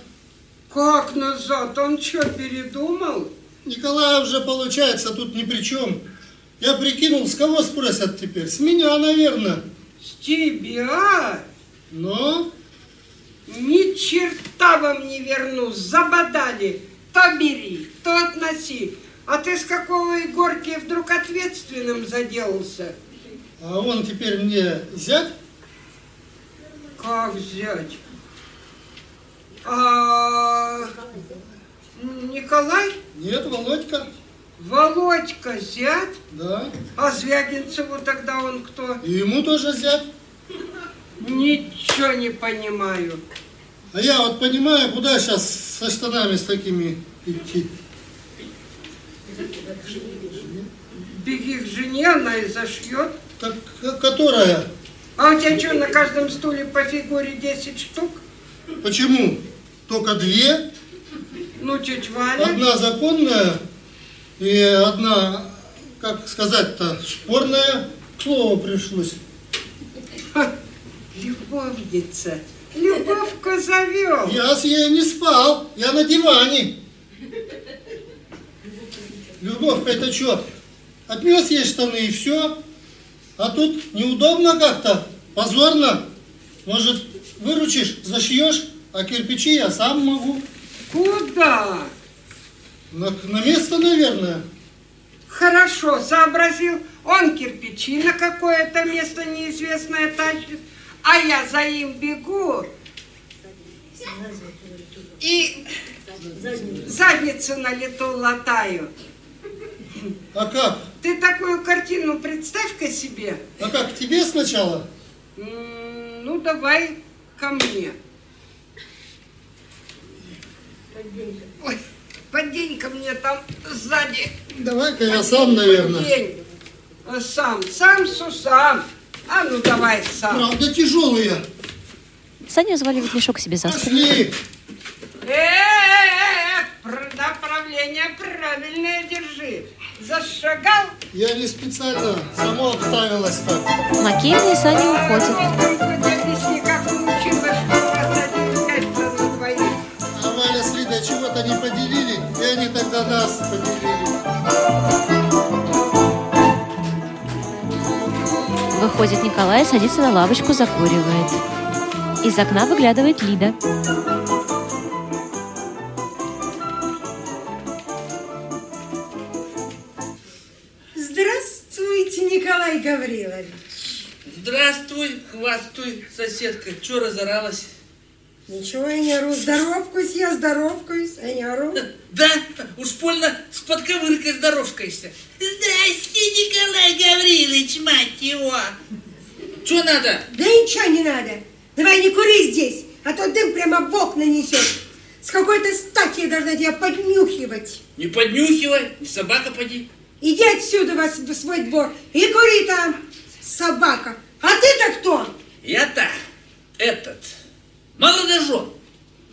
[SPEAKER 7] Как назад? Он что, передумал?
[SPEAKER 3] Николай уже получается тут ни при чем. Я прикинул, с кого спросят теперь? С меня, наверное.
[SPEAKER 7] С тебя?
[SPEAKER 3] Но
[SPEAKER 7] Ни черта вам не верну, забодали. То бери, то относи. А ты с какого Егорки вдруг ответственным заделался?
[SPEAKER 3] а он теперь мне зять,
[SPEAKER 7] Как взять? А, Николай?
[SPEAKER 3] нет, Володька,
[SPEAKER 7] Володька зять?
[SPEAKER 3] да,
[SPEAKER 7] А Звягинцеву тогда он кто?
[SPEAKER 3] и ему тоже зять.
[SPEAKER 7] Ничего не понимаю.
[SPEAKER 3] А я вот понимаю, куда сейчас со штанами с такими идти.
[SPEAKER 7] Беги к жене, она и зашьет.
[SPEAKER 3] Так, к- которая?
[SPEAKER 7] А у тебя что, на каждом стуле по фигуре 10 штук?
[SPEAKER 3] Почему? Только две,
[SPEAKER 7] Ну, чуть Валя.
[SPEAKER 3] одна законная и одна, как сказать-то, спорная. К слову пришлось.
[SPEAKER 7] Ха, любовница. Любовка завел.
[SPEAKER 3] Я с ней не спал, я на диване. Любовь, это что? Отнес ей штаны и все. А тут неудобно как-то, позорно. Может, выручишь, зашьешь, а кирпичи я сам могу.
[SPEAKER 7] Куда?
[SPEAKER 3] На, на место, наверное.
[SPEAKER 7] Хорошо, сообразил. Он кирпичи на какое-то место неизвестное тащит, а я за им бегу. И задницу на лету латаю.
[SPEAKER 3] А как?
[SPEAKER 7] Ты такую картину представь-ка себе.
[SPEAKER 3] А как, тебе сначала?
[SPEAKER 7] М, Ну, давай ко мне. Ой, поддень-ка мне там сзади.
[SPEAKER 3] Давай-ка я сам, наверное.
[SPEAKER 7] Поддень. А Сам, сам, сусам. А ну давай сам.
[SPEAKER 3] Правда, тяжелые.
[SPEAKER 1] Саню взваливает мешок себе за спину.
[SPEAKER 3] Пошли.
[SPEAKER 7] Э, Э-э-э, пр- э, направление правильное держи. Зашагал.
[SPEAKER 3] Я не специально, само обставилось так.
[SPEAKER 1] Макеевна и Саня
[SPEAKER 3] Ну,
[SPEAKER 1] уходят.
[SPEAKER 7] Э, ну, Только ты объясни, как научилась показать это на двоих.
[SPEAKER 3] А Валя с Лидой чего-то не поделили, и они тогда нас поделили.
[SPEAKER 1] Выходит Николай, садится на лавочку, закуривает. Из окна выглядывает Лида.
[SPEAKER 4] Здравствуйте, Николай Гаврилович.
[SPEAKER 2] Здравствуй, хвастуй, соседка. Че разоралась?
[SPEAKER 4] Ничего, я не ору. Здоровкаюсь я, здоровкаюсь, а не ору.
[SPEAKER 2] Да, уж больно с подковыркой здоровкаешься. Здрасте, Николай Гаврилович, мать его. Че надо?
[SPEAKER 4] Да ничего не надо. Давай не кури здесь, а то дым прямо в окна несет. С какой-то стати я должна тебя поднюхивать.
[SPEAKER 2] Не поднюхивай, не собака поди.
[SPEAKER 4] Иди отсюда вас в свой двор и кури там, собака. А ты-то кто?
[SPEAKER 2] Я-то этот, молодожен.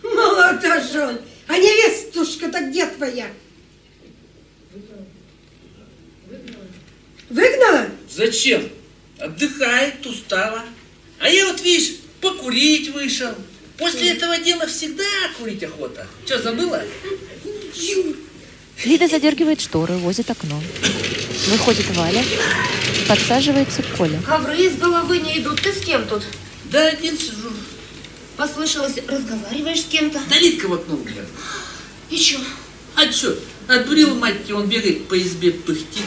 [SPEAKER 4] Молодожен. А невестушка-то где твоя? Выгнала?
[SPEAKER 2] Зачем? Отдыхает, устала. А я вот, видишь, покурить вышел. После этого дела всегда курить охота. Че, забыла?
[SPEAKER 1] Лида задергивает шторы, возит окно. Выходит Валя, подсаживается Коля.
[SPEAKER 5] Ковры из головы не идут. Ты с кем тут?
[SPEAKER 2] Да один сижу.
[SPEAKER 5] Послышалось, разговариваешь с кем-то.
[SPEAKER 2] Да Лидка в окно глядит.
[SPEAKER 5] И чё?
[SPEAKER 2] А чё? Отдурил мать его, он бегает по избе, пыхтит.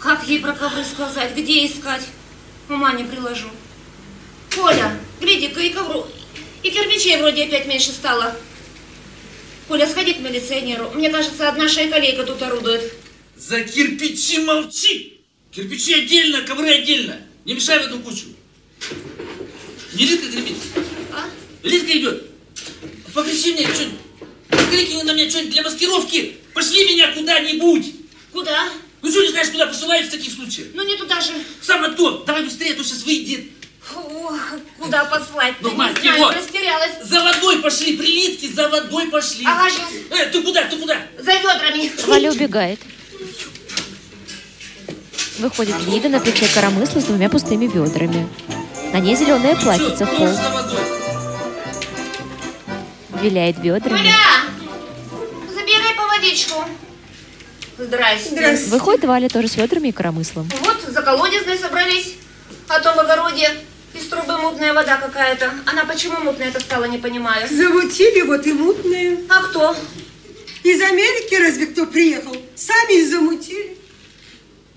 [SPEAKER 5] Как ей про ковры сказать? Где искать? Ума не приложу. Коля, гляди-ка и ковру. И кирпичей вроде опять меньше стало. Коля, сходи к милиционеру. Мне кажется, одна шайкалейка тут орудует.
[SPEAKER 2] За кирпичи молчи! Кирпичи отдельно, ковры отдельно. Не мешай в эту кучу. Не Лидка гремит.
[SPEAKER 5] А?
[SPEAKER 2] Лидка идет. Покричи мне что-нибудь. Крикни на меня что-нибудь для маскировки. Пошли меня куда-нибудь.
[SPEAKER 5] Куда?
[SPEAKER 2] Ну что не знаешь, куда посылают в таких случаях?
[SPEAKER 5] Ну не туда же.
[SPEAKER 2] Сам то, давай быстрее, а то сейчас выйдет.
[SPEAKER 5] Ох, куда послать?
[SPEAKER 2] Ну,
[SPEAKER 5] Ты не
[SPEAKER 2] мать
[SPEAKER 5] знаю,
[SPEAKER 2] его!
[SPEAKER 5] растерялась.
[SPEAKER 2] За водой пошли, прилитки, за водой пошли.
[SPEAKER 5] Ага, щас.
[SPEAKER 2] Э, ты куда, ты куда?
[SPEAKER 5] За ведрами.
[SPEAKER 1] Валя убегает. Выходит Лида на плече коромысла с двумя пустыми ведрами. На ней зеленая платьице
[SPEAKER 2] Всё,
[SPEAKER 1] в
[SPEAKER 2] тоже
[SPEAKER 1] пол.
[SPEAKER 2] за водой.
[SPEAKER 1] Виляет ведрами.
[SPEAKER 5] Коля, забирай по водичку. Здрасте.
[SPEAKER 4] Здрасте.
[SPEAKER 1] Выходит Валя тоже с ведрами и коромыслом.
[SPEAKER 5] Вот, за колодезной собрались. А то в огороде из трубы мутная вода какая-то. Она почему мутная-то стала, не понимаю.
[SPEAKER 4] Замутили, вот и мутные.
[SPEAKER 5] А кто?
[SPEAKER 4] Из Америки разве кто приехал? Сами и замутили.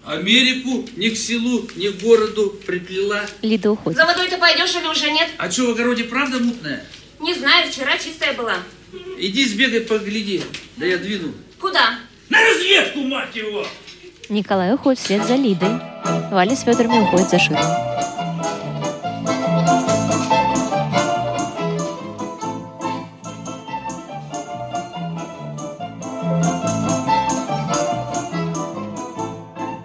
[SPEAKER 2] Америку ни к селу, ни к городу приплела.
[SPEAKER 1] Лида уходит.
[SPEAKER 5] За водой ты пойдешь или уже нет?
[SPEAKER 2] А что в огороде правда мутная?
[SPEAKER 5] Не знаю, вчера чистая была.
[SPEAKER 2] Иди сбегай погляди, да я двину.
[SPEAKER 5] Куда?
[SPEAKER 2] На разведку, мать его!
[SPEAKER 1] Николай уходит вслед за Лидой. Валя с ведрами уходит за ширму.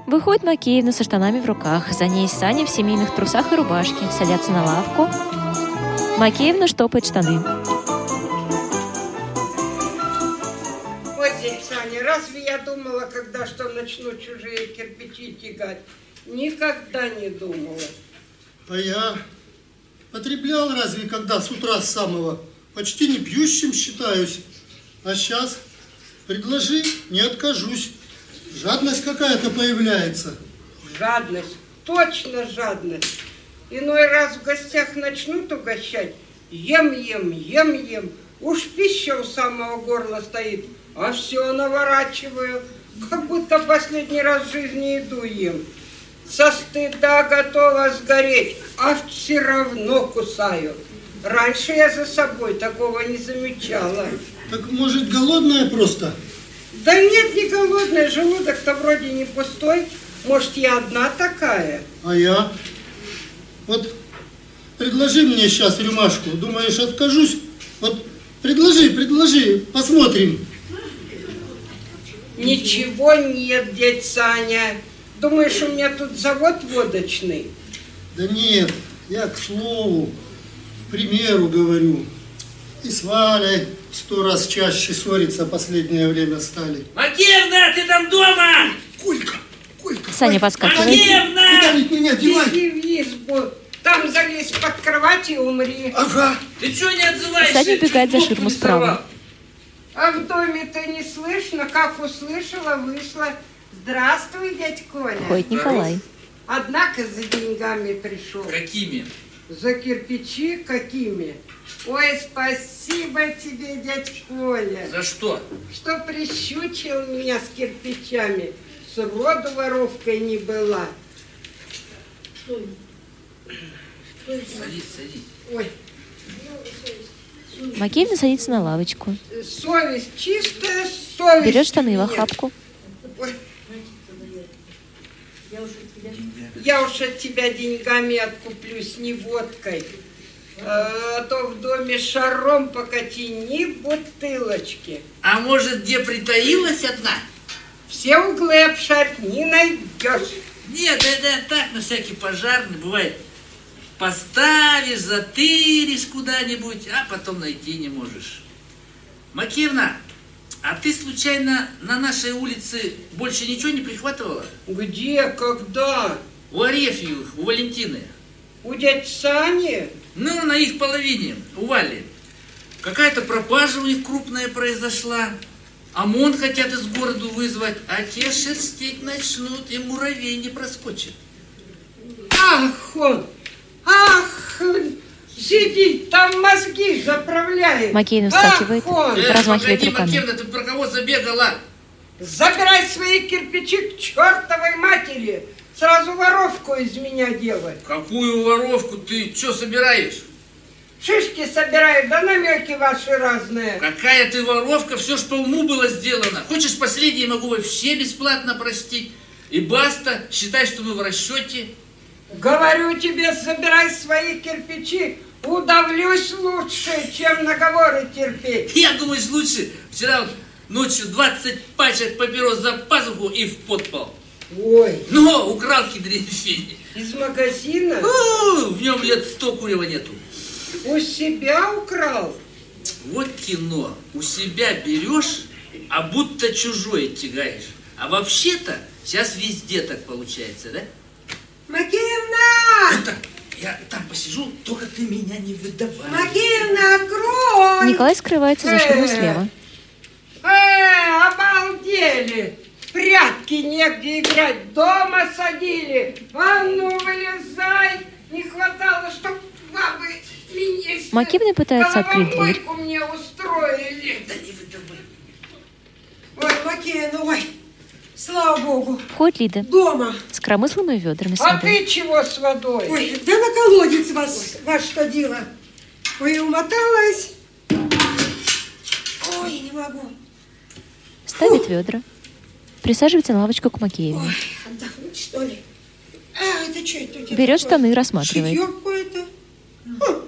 [SPEAKER 1] Выходит Макеевна со штанами в руках. За ней Саня в семейных трусах и рубашке. Садятся на лавку. Макеевна штопает штаны.
[SPEAKER 7] Вот здесь, Саня, разве я думала, когда что начну чужие кирпичи тягать? Никогда не думала.
[SPEAKER 3] А я, Потреблял разве когда с утра с самого? Почти не пьющим считаюсь. А сейчас предложи, не откажусь. Жадность какая-то появляется.
[SPEAKER 7] Жадность, точно жадность. Иной раз в гостях начнут угощать. Ем, ем, ем, ем. Уж пища у самого горла стоит, а все наворачиваю, как будто последний раз в жизни еду ем. Со стыда готова сгореть, а все равно кусаю. Раньше я за собой такого не замечала.
[SPEAKER 3] Так может голодная просто?
[SPEAKER 7] Да нет, не голодная, желудок-то вроде не пустой. Может, я одна такая?
[SPEAKER 3] А я? Вот предложи мне сейчас рюмашку. Думаешь, откажусь? Вот предложи, предложи, посмотрим.
[SPEAKER 7] Ничего нет, дядь Саня. Думаешь, у меня тут завод водочный?
[SPEAKER 3] Да нет, я к слову, к примеру говорю. И с Валей сто раз чаще ссориться последнее время стали.
[SPEAKER 2] Макеевна, ты там дома?
[SPEAKER 3] Колька, Колька,
[SPEAKER 1] Саня подскакивает.
[SPEAKER 2] Макеевна!
[SPEAKER 3] ведь меня
[SPEAKER 7] Беги в избу, там залезь под кровать и умри.
[SPEAKER 3] Ага.
[SPEAKER 2] Ты что не отзываешься?
[SPEAKER 1] Саня убегает за
[SPEAKER 2] Трубку
[SPEAKER 1] ширму
[SPEAKER 2] не сорвал.
[SPEAKER 1] справа.
[SPEAKER 7] А в доме-то не слышно, как услышала, вышла. Здравствуй, дядь Коля.
[SPEAKER 1] Ходит Николай.
[SPEAKER 7] Однако за деньгами пришел.
[SPEAKER 2] Какими?
[SPEAKER 7] За кирпичи какими? Ой, спасибо тебе, дядь Коля.
[SPEAKER 2] За что?
[SPEAKER 7] что прищучил меня с кирпичами. Сроду воровкой не была.
[SPEAKER 2] Садись, садись.
[SPEAKER 7] Ой,
[SPEAKER 1] Макеевна садится на лавочку.
[SPEAKER 7] э, совесть чистая, совесть.
[SPEAKER 1] Берет штаны в
[SPEAKER 7] нет.
[SPEAKER 1] охапку.
[SPEAKER 7] Ой. Я уж от тебя деньгами откуплюсь, не водкой. Э, А то в доме шаром покати, ни бутылочки.
[SPEAKER 2] А может, где притаилась одна?
[SPEAKER 7] Все углы обшарь, не найдешь.
[SPEAKER 2] Нет, это так, на всякий пожарный бывает. Поставишь, затыришь куда-нибудь, а потом найти не можешь. Макеевна, а ты случайно на нашей улице больше ничего не прихватывала?
[SPEAKER 7] Где, когда?
[SPEAKER 2] У Арефьевых, у Валентины.
[SPEAKER 7] У дяди Сани?
[SPEAKER 2] Ну, на их половине, у Вали. Какая-то пропажа у них крупная произошла. ОМОН хотят из города вызвать, а те шерстить начнут, и муравей не проскочит.
[SPEAKER 7] Ах он! Ах! Сидит, там мозги заправляет.
[SPEAKER 1] Макеевна вскакивает,
[SPEAKER 7] Ах он!
[SPEAKER 1] Э. Размахивает
[SPEAKER 2] погоди,
[SPEAKER 1] руками.
[SPEAKER 2] Макеевна, ты про кого забегала?
[SPEAKER 7] Забирай свои кирпичи к чертовой матери. Сразу воровку из меня делай.
[SPEAKER 2] Какую воровку ты что собираешь?
[SPEAKER 7] Шишки собираю, да намеки ваши разные.
[SPEAKER 2] Какая ты воровка, все ж по уму было сделано. Хочешь последнее, могу вообще бесплатно простить. И баста, считай, что мы в расчете.
[SPEAKER 7] Говорю тебе, собирай свои кирпичи. Удавлюсь лучше, чем наговоры терпеть.
[SPEAKER 2] <laughs> Я думаю, лучше. Вчера вот ночью 20 пачек папирос за пазуху и в Ну, подпал.
[SPEAKER 7] Ой,
[SPEAKER 2] Но украл <laughs> хитрефень.
[SPEAKER 7] из магазина?
[SPEAKER 2] В нем лет 100 курева нету.
[SPEAKER 7] У себя украл?
[SPEAKER 2] Вот кино. У себя берешь, а будто чужое тягаешь. А вообще-то сейчас везде так получается, да?
[SPEAKER 4] Макеевна!
[SPEAKER 2] Так, я там посижу, только ты меня не выдавай.
[SPEAKER 4] Макеевна, открой!
[SPEAKER 1] Николай скрывается за ширмой слева.
[SPEAKER 7] Э, обалдели! В Прятки негде играть, дома садили. А ну, вылезай! Не хватало, чтоб бабы меня... с-
[SPEAKER 1] Макеевна пытается открыть дверь.
[SPEAKER 7] головомойку мне устроили.
[SPEAKER 2] Да не выдавай.
[SPEAKER 4] Ой, Макеевна,
[SPEAKER 7] ну
[SPEAKER 4] ой, слава богу,
[SPEAKER 1] Входит Лида
[SPEAKER 4] дома.
[SPEAKER 1] с коромыслом и ведрами с
[SPEAKER 7] А
[SPEAKER 1] водой.
[SPEAKER 7] ты чего с водой?
[SPEAKER 4] Ой, да на колодец вас, вас ходила. Ой, умоталась. Ой, не могу.
[SPEAKER 1] Ставит ведра. Присаживается на лавочку к Макеевне.
[SPEAKER 4] Ой, отдохнуть, что ли? А, это что это у тебя
[SPEAKER 1] Берет
[SPEAKER 4] такое?
[SPEAKER 1] штаны и рассматривает.
[SPEAKER 4] Шитье какое-то. Хм.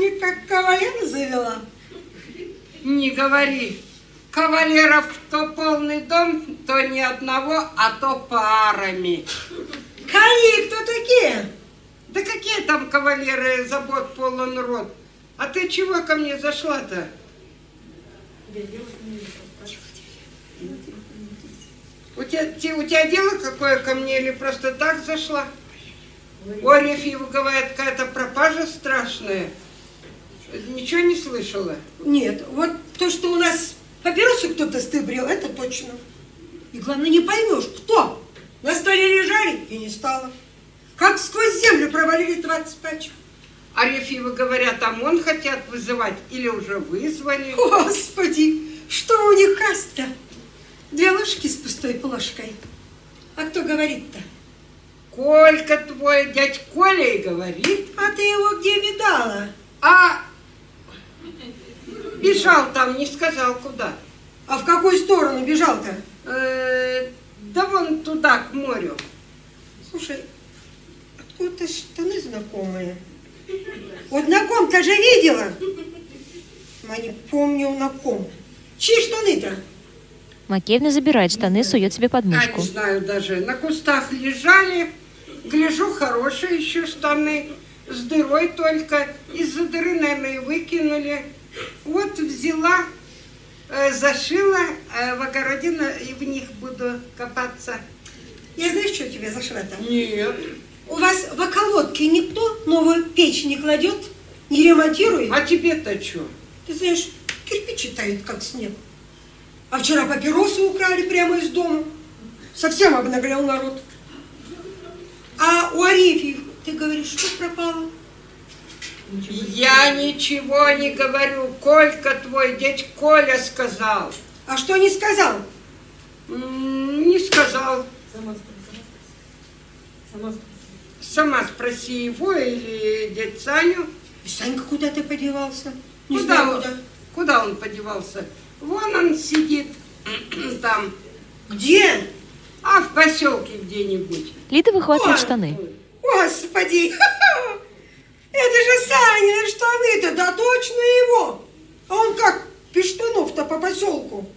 [SPEAKER 4] Не как кавалера завела.
[SPEAKER 7] Не говори. Кавалеров то полный дом, то ни одного, а то парами.
[SPEAKER 4] Кони, кто такие?
[SPEAKER 7] Да какие там кавалеры, забот полон рот. А ты чего ко мне зашла-то? У тебя, те- у тебя дело какое ко мне или просто так зашла? У Арефьевой какая-то пропажа страшная. Ничего не слышала?
[SPEAKER 4] Нет, вот то, что у нас папиросы кто-то стыбрил, это точно. И главное, не поймешь, кто. На столе лежали и не стало. Как сквозь землю провалились 20 пачек.
[SPEAKER 7] Арефьевы говорят, ОМОН хотят вызывать или уже вызвали.
[SPEAKER 4] Господи, что у них каста? Две ложки с пустой плошкой. А кто говорит-то?
[SPEAKER 7] Колька твой, дядь Коля и говорит.
[SPEAKER 4] А ты его где видала?
[SPEAKER 7] А бежал там, не сказал куда.
[SPEAKER 4] А в какую сторону бежал-то? А?
[SPEAKER 7] Э, да вон туда, к морю.
[SPEAKER 4] Слушай, откуда-то штаны знакомые. Вот на ком-то же видела. А не помню на ком. Чьи штаны-то?
[SPEAKER 1] Макеевна забирает штаны, сует себе под
[SPEAKER 7] А,
[SPEAKER 1] мышку.
[SPEAKER 7] не знаю даже. На кустах лежали. Гляжу, хорошие еще штаны. С дырой только. Из-за дыры, наверное, и выкинули. Вот взяла, э, зашила, а в огороде на- и в них буду копаться.
[SPEAKER 4] Я знаешь, что тебе зашла-то?
[SPEAKER 7] Нет.
[SPEAKER 4] У вас в околотке никто новую печь не кладет, не ремонтирует?
[SPEAKER 7] А тебе-то что?
[SPEAKER 4] Ты знаешь, кирпичи тают, как снег. А вчера папиросы украли прямо из дома. Совсем обнаглел народ. А у Арефьев, ты говоришь, что пропало?
[SPEAKER 7] Я ничего не говорю. Колька твой, дядь Коля сказал.
[SPEAKER 4] А что не сказал?
[SPEAKER 7] М, Не сказал. Сама спроси его или дядь Саню.
[SPEAKER 4] И Санька куда-то подевался. Не
[SPEAKER 7] Куда
[SPEAKER 4] знаю,
[SPEAKER 7] он,
[SPEAKER 4] куда.
[SPEAKER 7] куда он подевался? Вон он сидит <clears throat> там,
[SPEAKER 4] Где?
[SPEAKER 7] а в поселке где-нибудь.
[SPEAKER 1] Лида выхватывает
[SPEAKER 4] Ой.
[SPEAKER 1] штаны.
[SPEAKER 4] Господи! <laughs> Это же Саня, штаны-то, да точно его! А он как без штанов-то по поселку?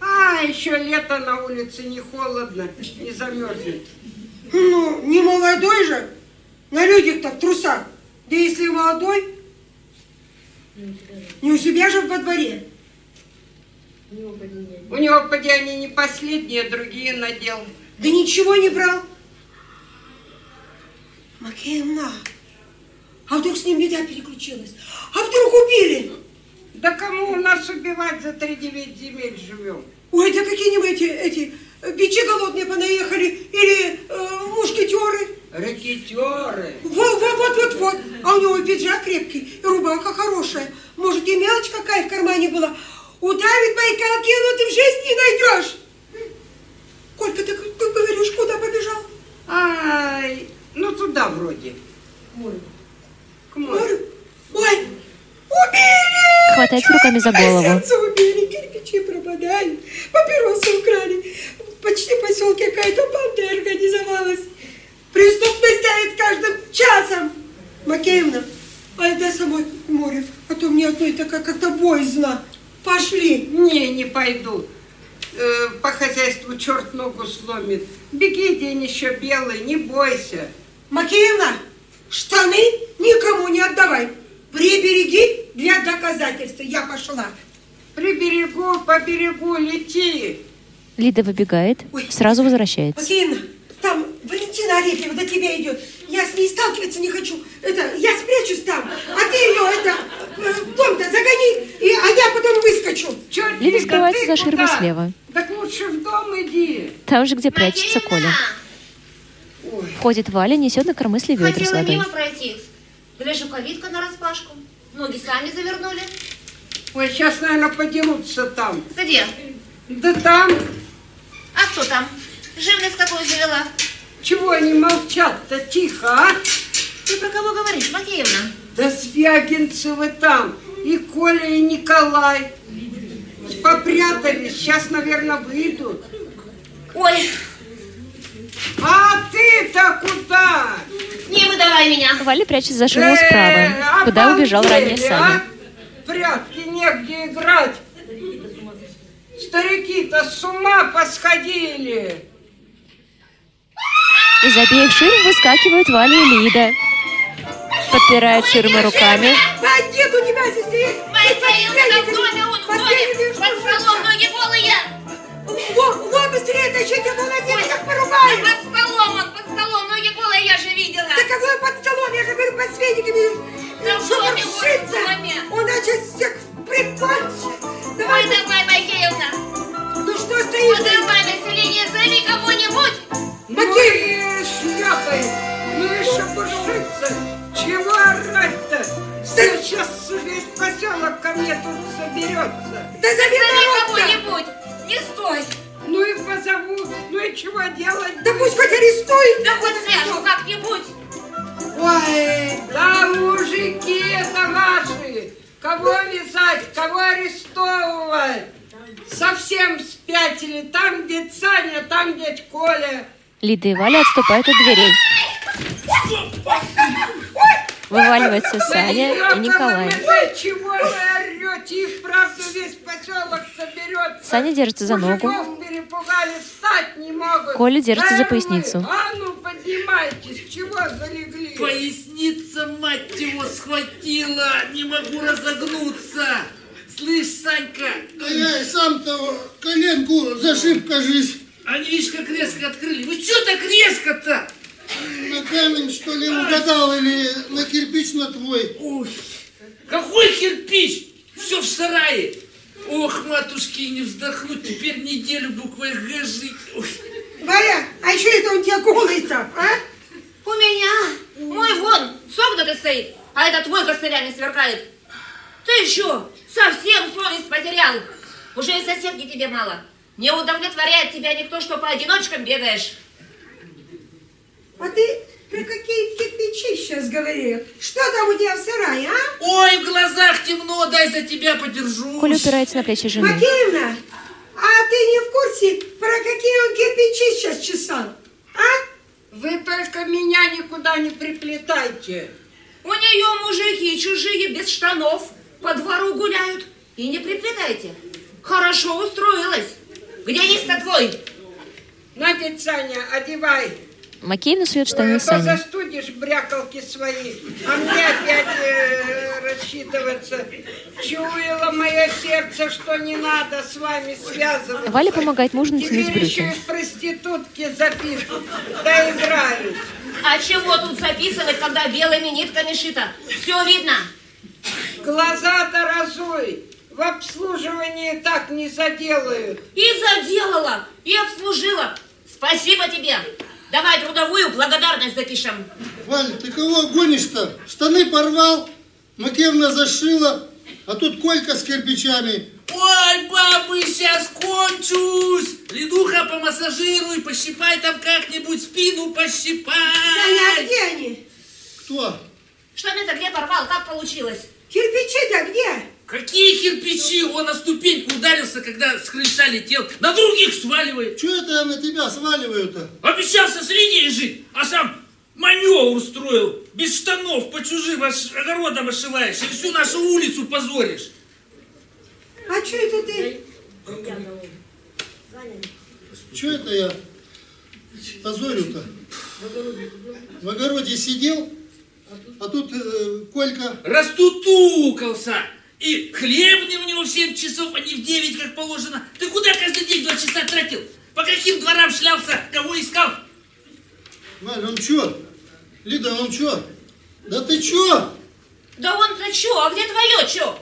[SPEAKER 7] А, еще лето на улице не холодно, не замерзнет.
[SPEAKER 4] Ну, не молодой же, на людях-то в трусах. Да если и молодой, не у себя же во дворе.
[SPEAKER 7] У него, поди, они не последние, другие надел.
[SPEAKER 4] Да ничего не брал. Макеевна, а вдруг с ним беда переключилась? А вдруг убили?
[SPEAKER 7] Да кому у нас убивать за три девять земель живем?
[SPEAKER 4] Ой, да какие-нибудь эти, эти э, бичи голодные понаехали или э, мушкетеры.
[SPEAKER 7] Ракетеры.
[SPEAKER 4] Вот, вот, вот, вот, вот. А у него и пиджак крепкий, и рубаха хорошая. Может, и мелочь какая в кармане была. Удавит Байкал, кинут, и а в жизни не найдешь. Колька, ты, как- как говоришь, куда побежал?
[SPEAKER 7] Ай, ну туда вроде. К морю.
[SPEAKER 4] Говорю, Ой, убили!
[SPEAKER 1] Хватается руками за голову.
[SPEAKER 4] Сердце убили, кирпичи пропадали, папиросы украли. Почти в поселке какая-то банда организовалась. Преступность давит каждым часом. Макеевна, айда собой к морю, а то мне одной такая как-то боязно. Пошли.
[SPEAKER 7] Не, не пойду. Э, по хозяйству черт ногу сломит. Беги, день еще белый, не бойся.
[SPEAKER 4] Макеевна, штаны никому не отдавай. Прибереги для доказательства. Я пошла.
[SPEAKER 7] При берегу, по берегу лети.
[SPEAKER 1] Лида выбегает,
[SPEAKER 4] Ой.
[SPEAKER 1] сразу возвращается.
[SPEAKER 4] Макеевна, там Валентина Арефьева до тебя идет. Я с ней сталкиваться не хочу. Это, я спрячусь там, а ты ее, это, э, в дом-то загони, и, а я потом выскочу.
[SPEAKER 7] Черт,
[SPEAKER 1] Лида скрывается за ширмой слева.
[SPEAKER 7] Так лучше в дом иди.
[SPEAKER 1] Там же, где прячется Коля.
[SPEAKER 7] Ой,
[SPEAKER 1] Входит Валя, несет на кормысле ведра с
[SPEAKER 5] Хотела
[SPEAKER 1] водой.
[SPEAKER 5] мимо пройти. Гляжу, калитка нараспашку. Ноги сами завернули.
[SPEAKER 7] ой сейчас, наверное, подерутся там.
[SPEAKER 5] Где?
[SPEAKER 7] Да там,
[SPEAKER 5] А кто там? Живность какую завела?
[SPEAKER 7] чего они молчат-то, тихо, а?
[SPEAKER 5] Ты про кого говоришь, Макеевна?
[SPEAKER 7] Да Свягинцевы там, и Коля, и Николай. Попрятались, сейчас, наверное, выйдут.
[SPEAKER 5] Ой,
[SPEAKER 7] А ты-то куда?
[SPEAKER 5] не выдавай меня.
[SPEAKER 1] Валя прячется за ширму
[SPEAKER 7] Э,
[SPEAKER 1] справа, куда убежал ранее
[SPEAKER 7] обалдели,
[SPEAKER 1] Саня.
[SPEAKER 7] а? Прятки негде играть. Старики-то с ума посходили.
[SPEAKER 1] Из обеих ширм выскакивают Валя и Лида. Подпирает ширмы руками.
[SPEAKER 4] Бандит у тебя здесь стоит.
[SPEAKER 5] Макеевна, в доме он, в доме. Под столом ноги голые.
[SPEAKER 4] Во, во, быстрее, это еще тебя Валентина как
[SPEAKER 5] Да
[SPEAKER 4] порубаю.
[SPEAKER 5] под столом он, под столом ноги голые, Ну, я же видела.
[SPEAKER 4] Да какое Э, ну
[SPEAKER 5] Позови кого-нибудь!
[SPEAKER 7] Ноги шляпы, ну и шапушиться, чего орать-то? Сейчас весь поселок ко мне тут соберется.
[SPEAKER 4] Да зови
[SPEAKER 5] Позови
[SPEAKER 4] народ
[SPEAKER 5] кого-нибудь! Не стой!
[SPEAKER 7] Ну и позову, ну и чего делать?
[SPEAKER 4] Да пусть хоть арестует!
[SPEAKER 5] Да хоть свяжу как-нибудь!
[SPEAKER 4] Ой,
[SPEAKER 7] Да мужики это ваши, кого вязать, кого арестовывать? Совсем спятили, там где Саня, там дядь Коля.
[SPEAKER 1] Лида и Валя отступают от дверей. Вываливается Саня и Николай.
[SPEAKER 7] Вы чего вы орете? Их, правда, весь поселок соберется.
[SPEAKER 1] Саня держится за ногу.
[SPEAKER 7] Мужиков перепугали, встать не могут.
[SPEAKER 1] Коля держится за
[SPEAKER 7] Эй, вы,
[SPEAKER 1] поясницу.
[SPEAKER 7] А ну, поднимайтесь, чего залегли?
[SPEAKER 2] Поясница, мать его, схватила! Не могу разогнуться! Слышь, Санька,
[SPEAKER 3] Да я и сам-то коленку зашиб, кажись.
[SPEAKER 2] они, видишь, как резко открыли. Вы что так резко-то?
[SPEAKER 3] На камень, что ли, угадал, или на кирпич на твой.
[SPEAKER 2] Ой, какой кирпич! Все в сарае! Ох, матушки, не вздохнуть, теперь неделю буквой Г жить. Ой.
[SPEAKER 4] Варя, а еще это он тебя голый-то, а?
[SPEAKER 5] У меня мой вон согнутый стоит, а этот твой костырями сверкает. Ты еще совсем совесть потерял. Уже и соседки тебе мало. Не удовлетворяет тебя никто, что по одиночкам бегаешь.
[SPEAKER 4] А ты про какие кирпичи сейчас говорил? Что там у тебя в сарае, а?
[SPEAKER 2] Ой, в глазах темно, дай за тебя подержу.
[SPEAKER 1] Коля упирается на плечи жены.
[SPEAKER 4] Макеевна, а ты не в курсе, про какие он кирпичи сейчас чесал? А?
[SPEAKER 7] Вы только меня никуда не приплетайте.
[SPEAKER 5] У нее мужики чужие без штанов по двору гуляют. И не приплетайте. Хорошо устроилась. Где есть-то твой?
[SPEAKER 7] На, дядь Саня, одевай.
[SPEAKER 1] Макеевна сует
[SPEAKER 7] Э,
[SPEAKER 1] штаны
[SPEAKER 7] то
[SPEAKER 1] Сани.
[SPEAKER 7] застудишь брякалки свои, а мне опять э, рассчитываться. Чуяло мое сердце, что не надо с вами связываться.
[SPEAKER 1] Валя помогает мужу натянуть
[SPEAKER 7] Теперь еще
[SPEAKER 1] брюки.
[SPEAKER 7] и в проститутке запишут, доиграюсь.
[SPEAKER 5] А чего тут записывать, когда белыми нитками шито? Все видно.
[SPEAKER 7] Глаза-то разуй, в обслуживании так не заделают.
[SPEAKER 5] И заделала, и обслужила. Спасибо тебе. Давай трудовую благодарность запишем.
[SPEAKER 3] Валь, ты кого гонишь-то? Штаны порвал, Макевна зашила, а тут Колька с кирпичами.
[SPEAKER 2] Ой, бабы, сейчас кончусь! Ледуха, помассажируй, пощипай там как-нибудь спину,
[SPEAKER 4] Саня, а
[SPEAKER 2] пощипай!
[SPEAKER 4] где они?
[SPEAKER 3] Кто?
[SPEAKER 5] Штаны-то где порвал, как получилось?
[SPEAKER 4] Кирпичи-то где?
[SPEAKER 2] Какие кирпичи! Он на ступеньку ударился, когда с крыльца летел. На других сваливает.
[SPEAKER 3] Чего это я на тебя сваливаю-то?
[SPEAKER 2] Обещался с линией жить, а сам маневр устроил. Без штанов по чужим ош- огородам ошиваешь и всю нашу улицу позоришь.
[SPEAKER 4] А что это ты?
[SPEAKER 3] Чего это я позорю-то? В огороде сидел, а тут э, Колька.
[SPEAKER 2] Растутукался. И хлебни у него в 7 часов, а не в 9, как положено. Ты куда каждый день 2 часа тратил? По каким дворам шлялся? Кого искал?
[SPEAKER 3] Валь, он чё? Лида, он чё? Да ты чё?
[SPEAKER 5] Да он-то чё, а где твое чё?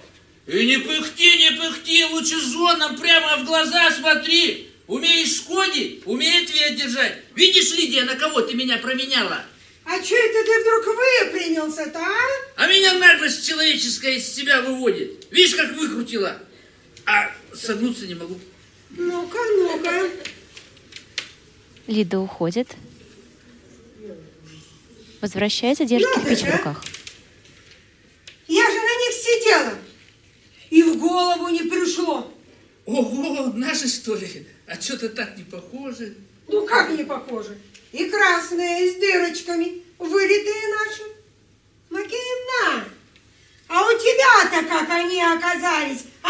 [SPEAKER 2] И не пыхти, не пыхти, лучше женам прямо в глаза смотри. Умеешь шкодить, умеет тебя держать. Видишь, Лидия, на кого ты меня променяла?
[SPEAKER 4] А что это ты вдруг выпрямился-то, а?
[SPEAKER 2] А меня наглость человеческая из себя выводит. Видишь, как выкрутила? А согнуться не могу.
[SPEAKER 4] Ну-ка, ну-ка.
[SPEAKER 1] Лида уходит. Возвращается, держит кирпич в руках.
[SPEAKER 4] Я же на них сидела. И в голову не пришло.
[SPEAKER 2] Ого, наши что ли? А что-то так не похоже.
[SPEAKER 4] Ну как не похоже? И красные, и с дырочками, вылитые наши. Макеевна, а у тебя-то как они оказались, а?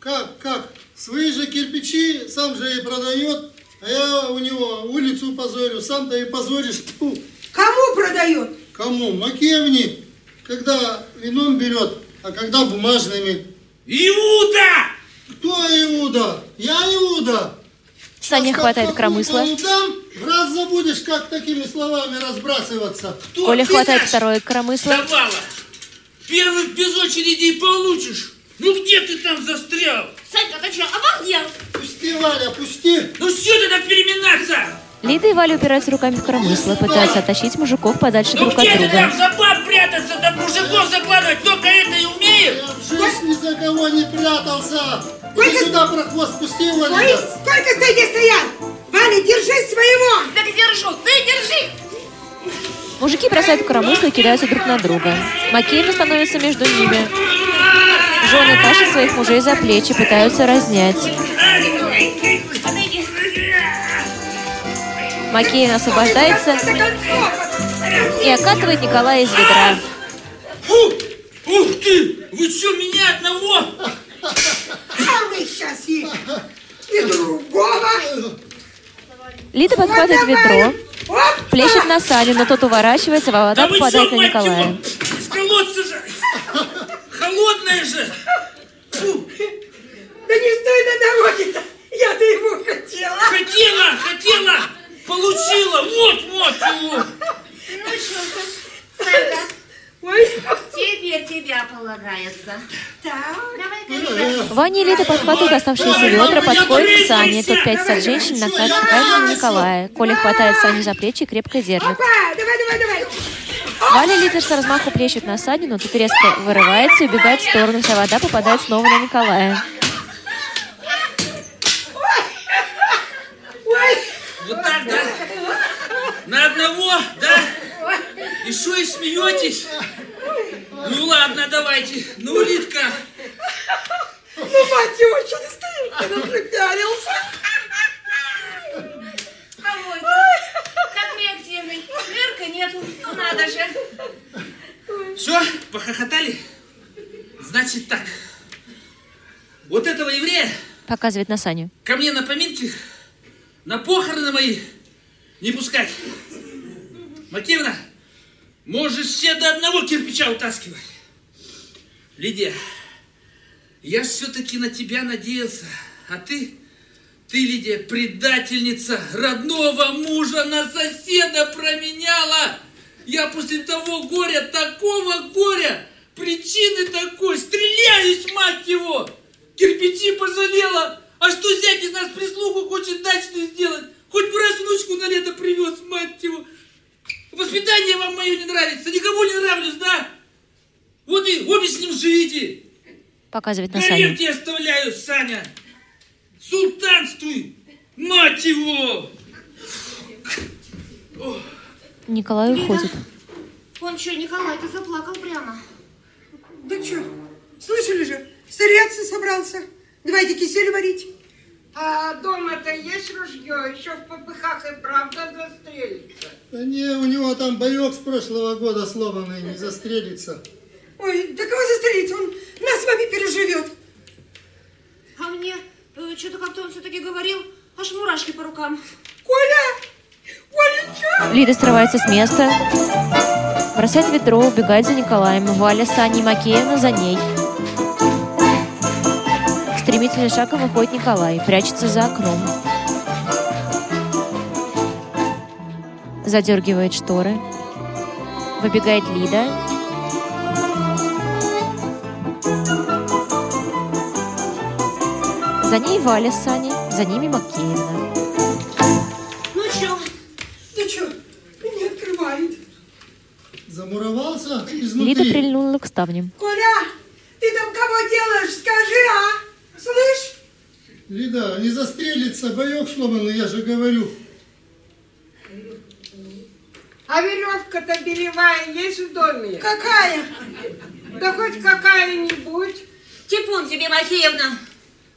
[SPEAKER 3] Как, как? Свои же кирпичи сам же и продает, а я у него улицу позорю, сам-то и позоришь. <laughs> Тьфу.
[SPEAKER 4] Кому продает?
[SPEAKER 3] Кому? Макевни, когда вином берет, а когда бумажными.
[SPEAKER 2] Иуда!
[SPEAKER 3] Кто Иуда? Я Иуда.
[SPEAKER 1] Саня
[SPEAKER 3] Как
[SPEAKER 1] хватает
[SPEAKER 3] какую
[SPEAKER 1] кромысла.
[SPEAKER 3] полу дам, в раз забудешь, как такими словами разбрасываться.
[SPEAKER 2] Кто
[SPEAKER 1] Коля
[SPEAKER 2] ты
[SPEAKER 1] хватает
[SPEAKER 2] наш?
[SPEAKER 1] второе коромысло.
[SPEAKER 2] Давала. Первый без очереди и получишь. Ну где ты там застрял?
[SPEAKER 5] Санька, ты чё, обалдел?
[SPEAKER 3] Пусти, Валя, пусти.
[SPEAKER 2] Ну что ты так перемена
[SPEAKER 1] Лида и Валя упираются руками в коромысло, пытаются оттащить мужиков подальше
[SPEAKER 2] Ну
[SPEAKER 1] друг от
[SPEAKER 2] где ты
[SPEAKER 1] друга.
[SPEAKER 2] там за баб прятаться, да мужиков закладывать, только это и умеешь?
[SPEAKER 3] Я в жизни ни за кого не прятался. Иди
[SPEAKER 4] Только-
[SPEAKER 3] сюда, прохвост, пусти его,
[SPEAKER 4] Ой,
[SPEAKER 3] Лида.
[SPEAKER 4] сколько ты здесь стоял? Валя, держи своего!
[SPEAKER 5] Так держу, ты держи!
[SPEAKER 1] Мужики бросают коромысло и кидаются друг на друга. Макеева становится между ними. Жены тащат своих мужей за плечи, пытаются разнять.
[SPEAKER 5] Подойди.
[SPEAKER 1] Макеев освобождается
[SPEAKER 4] Это концовка.
[SPEAKER 1] и окатывает Николая из ведра.
[SPEAKER 2] Фу! Ух ты! Вы что, меня одного?
[SPEAKER 4] А вы сейчас и, и другого.
[SPEAKER 1] Лида подхватывает
[SPEAKER 4] Вот давай.
[SPEAKER 1] ведро,
[SPEAKER 4] Оп!
[SPEAKER 1] плещет на Саню, но тот уворачивается, а вода
[SPEAKER 2] Да вы что,
[SPEAKER 1] попадает на
[SPEAKER 2] мать
[SPEAKER 1] Николая.
[SPEAKER 2] его? Из колодца же! Холодная же! Фу!
[SPEAKER 4] Да не стой на дороге-то! Я-то его хотела!
[SPEAKER 2] Хотела, хотела! Получила! Вот, вот его!
[SPEAKER 5] Ну что, Саня,
[SPEAKER 4] Ой,
[SPEAKER 5] теперь тебя полагается.
[SPEAKER 4] так.
[SPEAKER 5] Давай-ка,
[SPEAKER 3] Ну,
[SPEAKER 5] Лида.
[SPEAKER 1] Ваня и Лида подхватывают оставшиеся ведра, подходят к Сане. Тот пять сад женщин накатывается на Николая. Коля хватает Саню за плечи и крепко держит.
[SPEAKER 4] Опа, давай, давай, давай.
[SPEAKER 1] Валя Литер с размаху плещет на Саню, но тут резко вырывается и убегает в сторону. Вся вода попадает снова на Николая.
[SPEAKER 2] Вот так, да? На одного, да? И что, и смеетесь? Ну ладно, давайте. Ну, улитка.
[SPEAKER 4] Ну, мать его, что ты стоишь? Ты припялился.
[SPEAKER 5] А вот, как реактивный. Верка нету, ну надо же.
[SPEAKER 2] Все, похохотали? Значит так. Вот этого еврея
[SPEAKER 1] Показывает на Саню.
[SPEAKER 2] ко мне на поминки, на похороны мои не пускать. Макеевна, можешь все до одного кирпича утаскивать. Лидия, я все-таки на тебя надеялся, а ты, ты, Лидия, предательница родного мужа на соседа променяла. Я после того горя, такого горя, причины такой, стреляюсь, мать его. Кирпичи пожалела, а что зять из нас прислугу хочет дачную сделать? Хоть бы раз внучку на лето привез, мать его. Воспитание вам мое не нравится, никому не нравлюсь, да? Вот и обе с ним живите.
[SPEAKER 1] Показывает на Саню.
[SPEAKER 2] Горем тебя оставляю, Саня! Султанствуй! Мать его!
[SPEAKER 1] Николай уходит.
[SPEAKER 5] Он что, Николай, ты заплакал прямо.
[SPEAKER 4] Да что, слышали же, стареться собрался. Давайте кисель варить.
[SPEAKER 7] А дома-то есть ружье, еще в попыхах и правда застрелится.
[SPEAKER 3] Да не, у него там боек с прошлого года сломанный, не застрелится.
[SPEAKER 4] Ой, да кого застрелить? Он нас с вами переживет.
[SPEAKER 5] А мне что-то как-то он все-таки говорил, аж мурашки по рукам.
[SPEAKER 4] Коля! Коленька!
[SPEAKER 1] Лида срывается с места, бросает ведро, убегает за Николаем. Валя, Саня и Макеевна за ней. Стремительным шагом выходит Николай, прячется за окном. Задергивает шторы. Выбегает Лида. За ней Валя с Саней, за ними Макеевна.
[SPEAKER 5] Ну что,
[SPEAKER 4] Да что, не открывает.
[SPEAKER 3] Замуровался
[SPEAKER 1] Лида
[SPEAKER 3] изнутри.
[SPEAKER 1] прильнула к ставням.
[SPEAKER 4] Коля, ты там кого делаешь? Скажи, а? Слышь?
[SPEAKER 3] Лида, не застрелится, боек сломанный, я же говорю.
[SPEAKER 7] А веревка-то белевая есть в доме?
[SPEAKER 4] Какая?
[SPEAKER 7] Да хоть какая-нибудь.
[SPEAKER 5] типун тебе, Макеевна.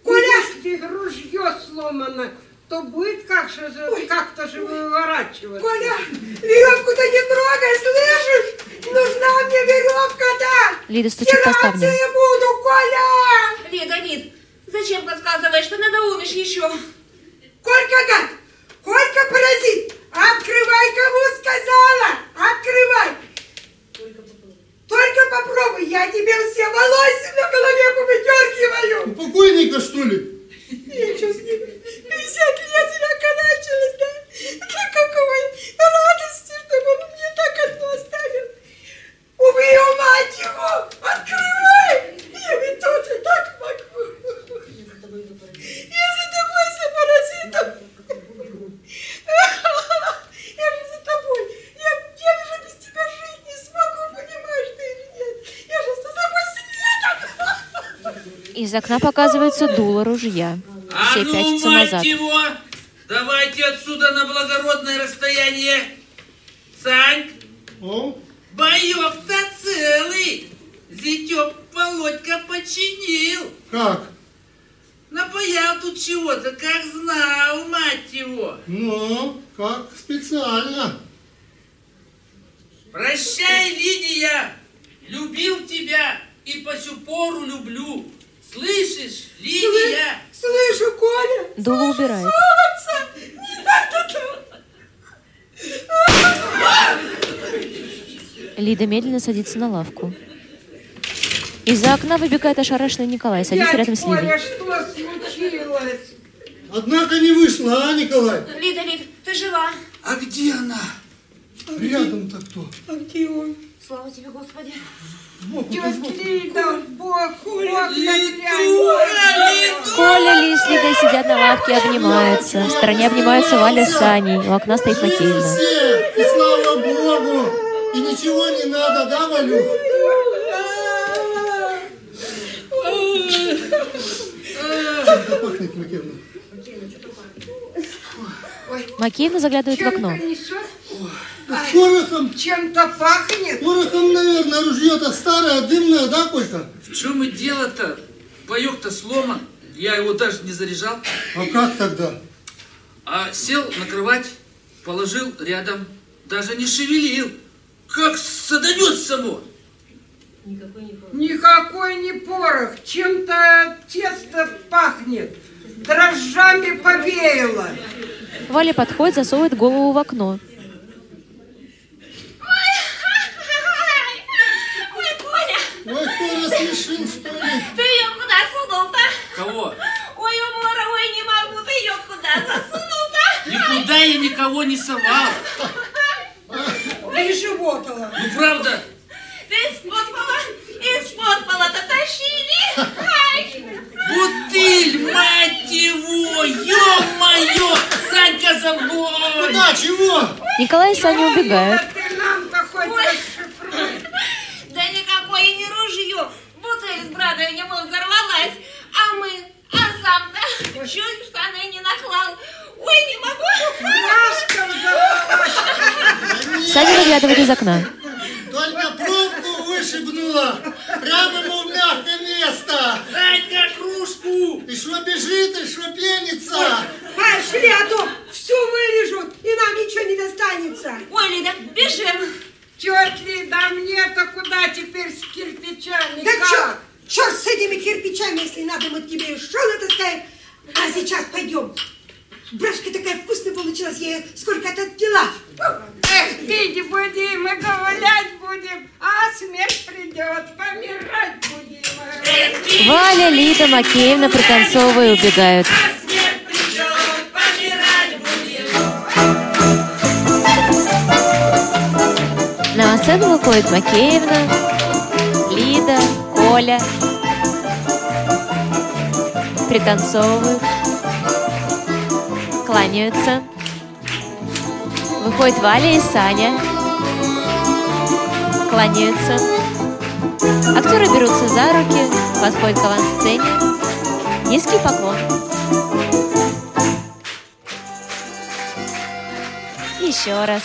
[SPEAKER 7] Коля, если ружье сломано, то будет как же, же- как-то же выворачиваться.
[SPEAKER 4] Коля, веревку-то не трогай, слышишь? Нужна мне веревка-то!
[SPEAKER 1] Лида стучит по
[SPEAKER 4] Стираться
[SPEAKER 1] ставням.
[SPEAKER 4] я буду, Коля!
[SPEAKER 5] Лида, Лид, зачем подсказываешь, ты надоумишь еще?
[SPEAKER 4] Колька гад! Колька паразит! Открывай, кому сказала! Открывай! Только попробуй, я тебе все волосы на голове
[SPEAKER 3] У
[SPEAKER 4] повыдергиваю!
[SPEAKER 3] покойника, что ли?
[SPEAKER 4] Я что с ним? 50 лет зряка началось, да? Для какой радости, чтобы он мне так одно оставил! Убью мать его! Открывай! Я ведь тоже так могу! Я за тобой за паразитом!
[SPEAKER 1] Из окна показывается дуло ружья.
[SPEAKER 2] А
[SPEAKER 1] Все
[SPEAKER 2] ну,
[SPEAKER 1] пятятся
[SPEAKER 2] мать
[SPEAKER 1] назад.
[SPEAKER 2] его! Давайте отсюда на благородное расстояние. Сань,
[SPEAKER 3] О,
[SPEAKER 2] боёк-то целый. Зятёк Володька починил.
[SPEAKER 3] как?
[SPEAKER 2] Напаял тут чего-то, как знал, мать его.
[SPEAKER 3] Ну, как специально.
[SPEAKER 2] Прощай, Лидия! Любил тебя и по сю пору люблю. Слышишь, Лидия?
[SPEAKER 4] Слышу, Коля!
[SPEAKER 1] Дуло убирает.
[SPEAKER 4] Солнце! Не надо так!
[SPEAKER 1] Лида медленно садится на лавку. Из-за окна выбегает ошарашенный Николай, садится
[SPEAKER 7] Дядь
[SPEAKER 1] рядом с Лидой.
[SPEAKER 7] Коля, что случилось?
[SPEAKER 3] Однако не вышло, а, Николай?
[SPEAKER 5] Лида, Лид, ты жива.
[SPEAKER 2] А где она?
[SPEAKER 3] А Рядом-то кто?
[SPEAKER 4] А где он?
[SPEAKER 5] Слава тебе, Господи.
[SPEAKER 4] Тетя Лида, Бог, Коля,
[SPEAKER 1] Коля, Ли с Лидой сидят на лавке и обнимаются. В стороне обнимаются Валя с Саней. У окна стоит
[SPEAKER 3] Живы
[SPEAKER 1] Макеевна.
[SPEAKER 3] все, и слава богу. И ничего не надо, да, Валюх? Чем-то пахнет, Макеевна.
[SPEAKER 1] Макеевна заглядывает в окно.
[SPEAKER 7] несет?
[SPEAKER 3] Ну, Порохом,
[SPEAKER 7] Чем-то пахнет?
[SPEAKER 3] порохом, наверное, ружье-то старое, дымное, да, Колька?
[SPEAKER 2] В чем и дело-то? Боек-то сломан. Я его даже не заряжал.
[SPEAKER 3] А как тогда?
[SPEAKER 2] А сел на кровать, положил рядом. Даже не шевелил. Как саданет само.
[SPEAKER 7] Никакой не порох. Чем-то тесто пахнет. Дрожжами повеяло.
[SPEAKER 1] Валя подходит, засовывает голову в окно.
[SPEAKER 5] Ой, Коля,
[SPEAKER 3] Ой, кто рассмешил, что ли?
[SPEAKER 5] ты ее куда сунул-то?
[SPEAKER 2] Кого?
[SPEAKER 5] Ой, умора, ой, не могу, ты ее куда засунул-то?
[SPEAKER 2] Никуда я никого не совал.
[SPEAKER 4] Приживотала.
[SPEAKER 2] Ну правда,
[SPEAKER 5] Ты из-под пола, из-под пола-то тащили. Ай.
[SPEAKER 2] бутыль, мать его, ё-моё, Санька забой.
[SPEAKER 3] Да, чего?
[SPEAKER 1] Николай и Саня убегают.
[SPEAKER 7] Да ты нам-то хоть расшифруй.
[SPEAKER 5] Да никакое и не ружье. Бутыль с брата у него взорвалась. А мы, а сам-то чуть штаны не наклал. Ой, не могу.
[SPEAKER 7] Машка взорвала.
[SPEAKER 1] Саня выглядывает из окна.
[SPEAKER 3] Только пробку вышибнула прямо ему в мягкое место.
[SPEAKER 2] Санька, кружку.
[SPEAKER 3] И что бежит, и что пенится.
[SPEAKER 4] Пошли, а то всю вырежут, и нам ничего не достанется.
[SPEAKER 5] Ой, Лида, бежим.
[SPEAKER 7] Тетя Лида, мне-то куда теперь с кирпичами?
[SPEAKER 4] Да
[SPEAKER 7] Как?
[SPEAKER 4] черт, черт с этими кирпичами, если надо, мы тебе еще натаскаем. А сейчас пойдем. Брашка такая вкусная получилась, я ее сколько-то отпила.
[SPEAKER 7] Эх, пить будем, мы гулять будем, а смерть придет, помирать будем.
[SPEAKER 1] Валя, Лида, Макеевна, пританцовывая, убегают. На сцену выходит Макеевна, Лида, Коля. Пританцовывают. Кланяются. Выходит Валя и Саня. Кланяются. Актеры берутся за руки, подходят к авансцене. Низкий поклон. Еще раз.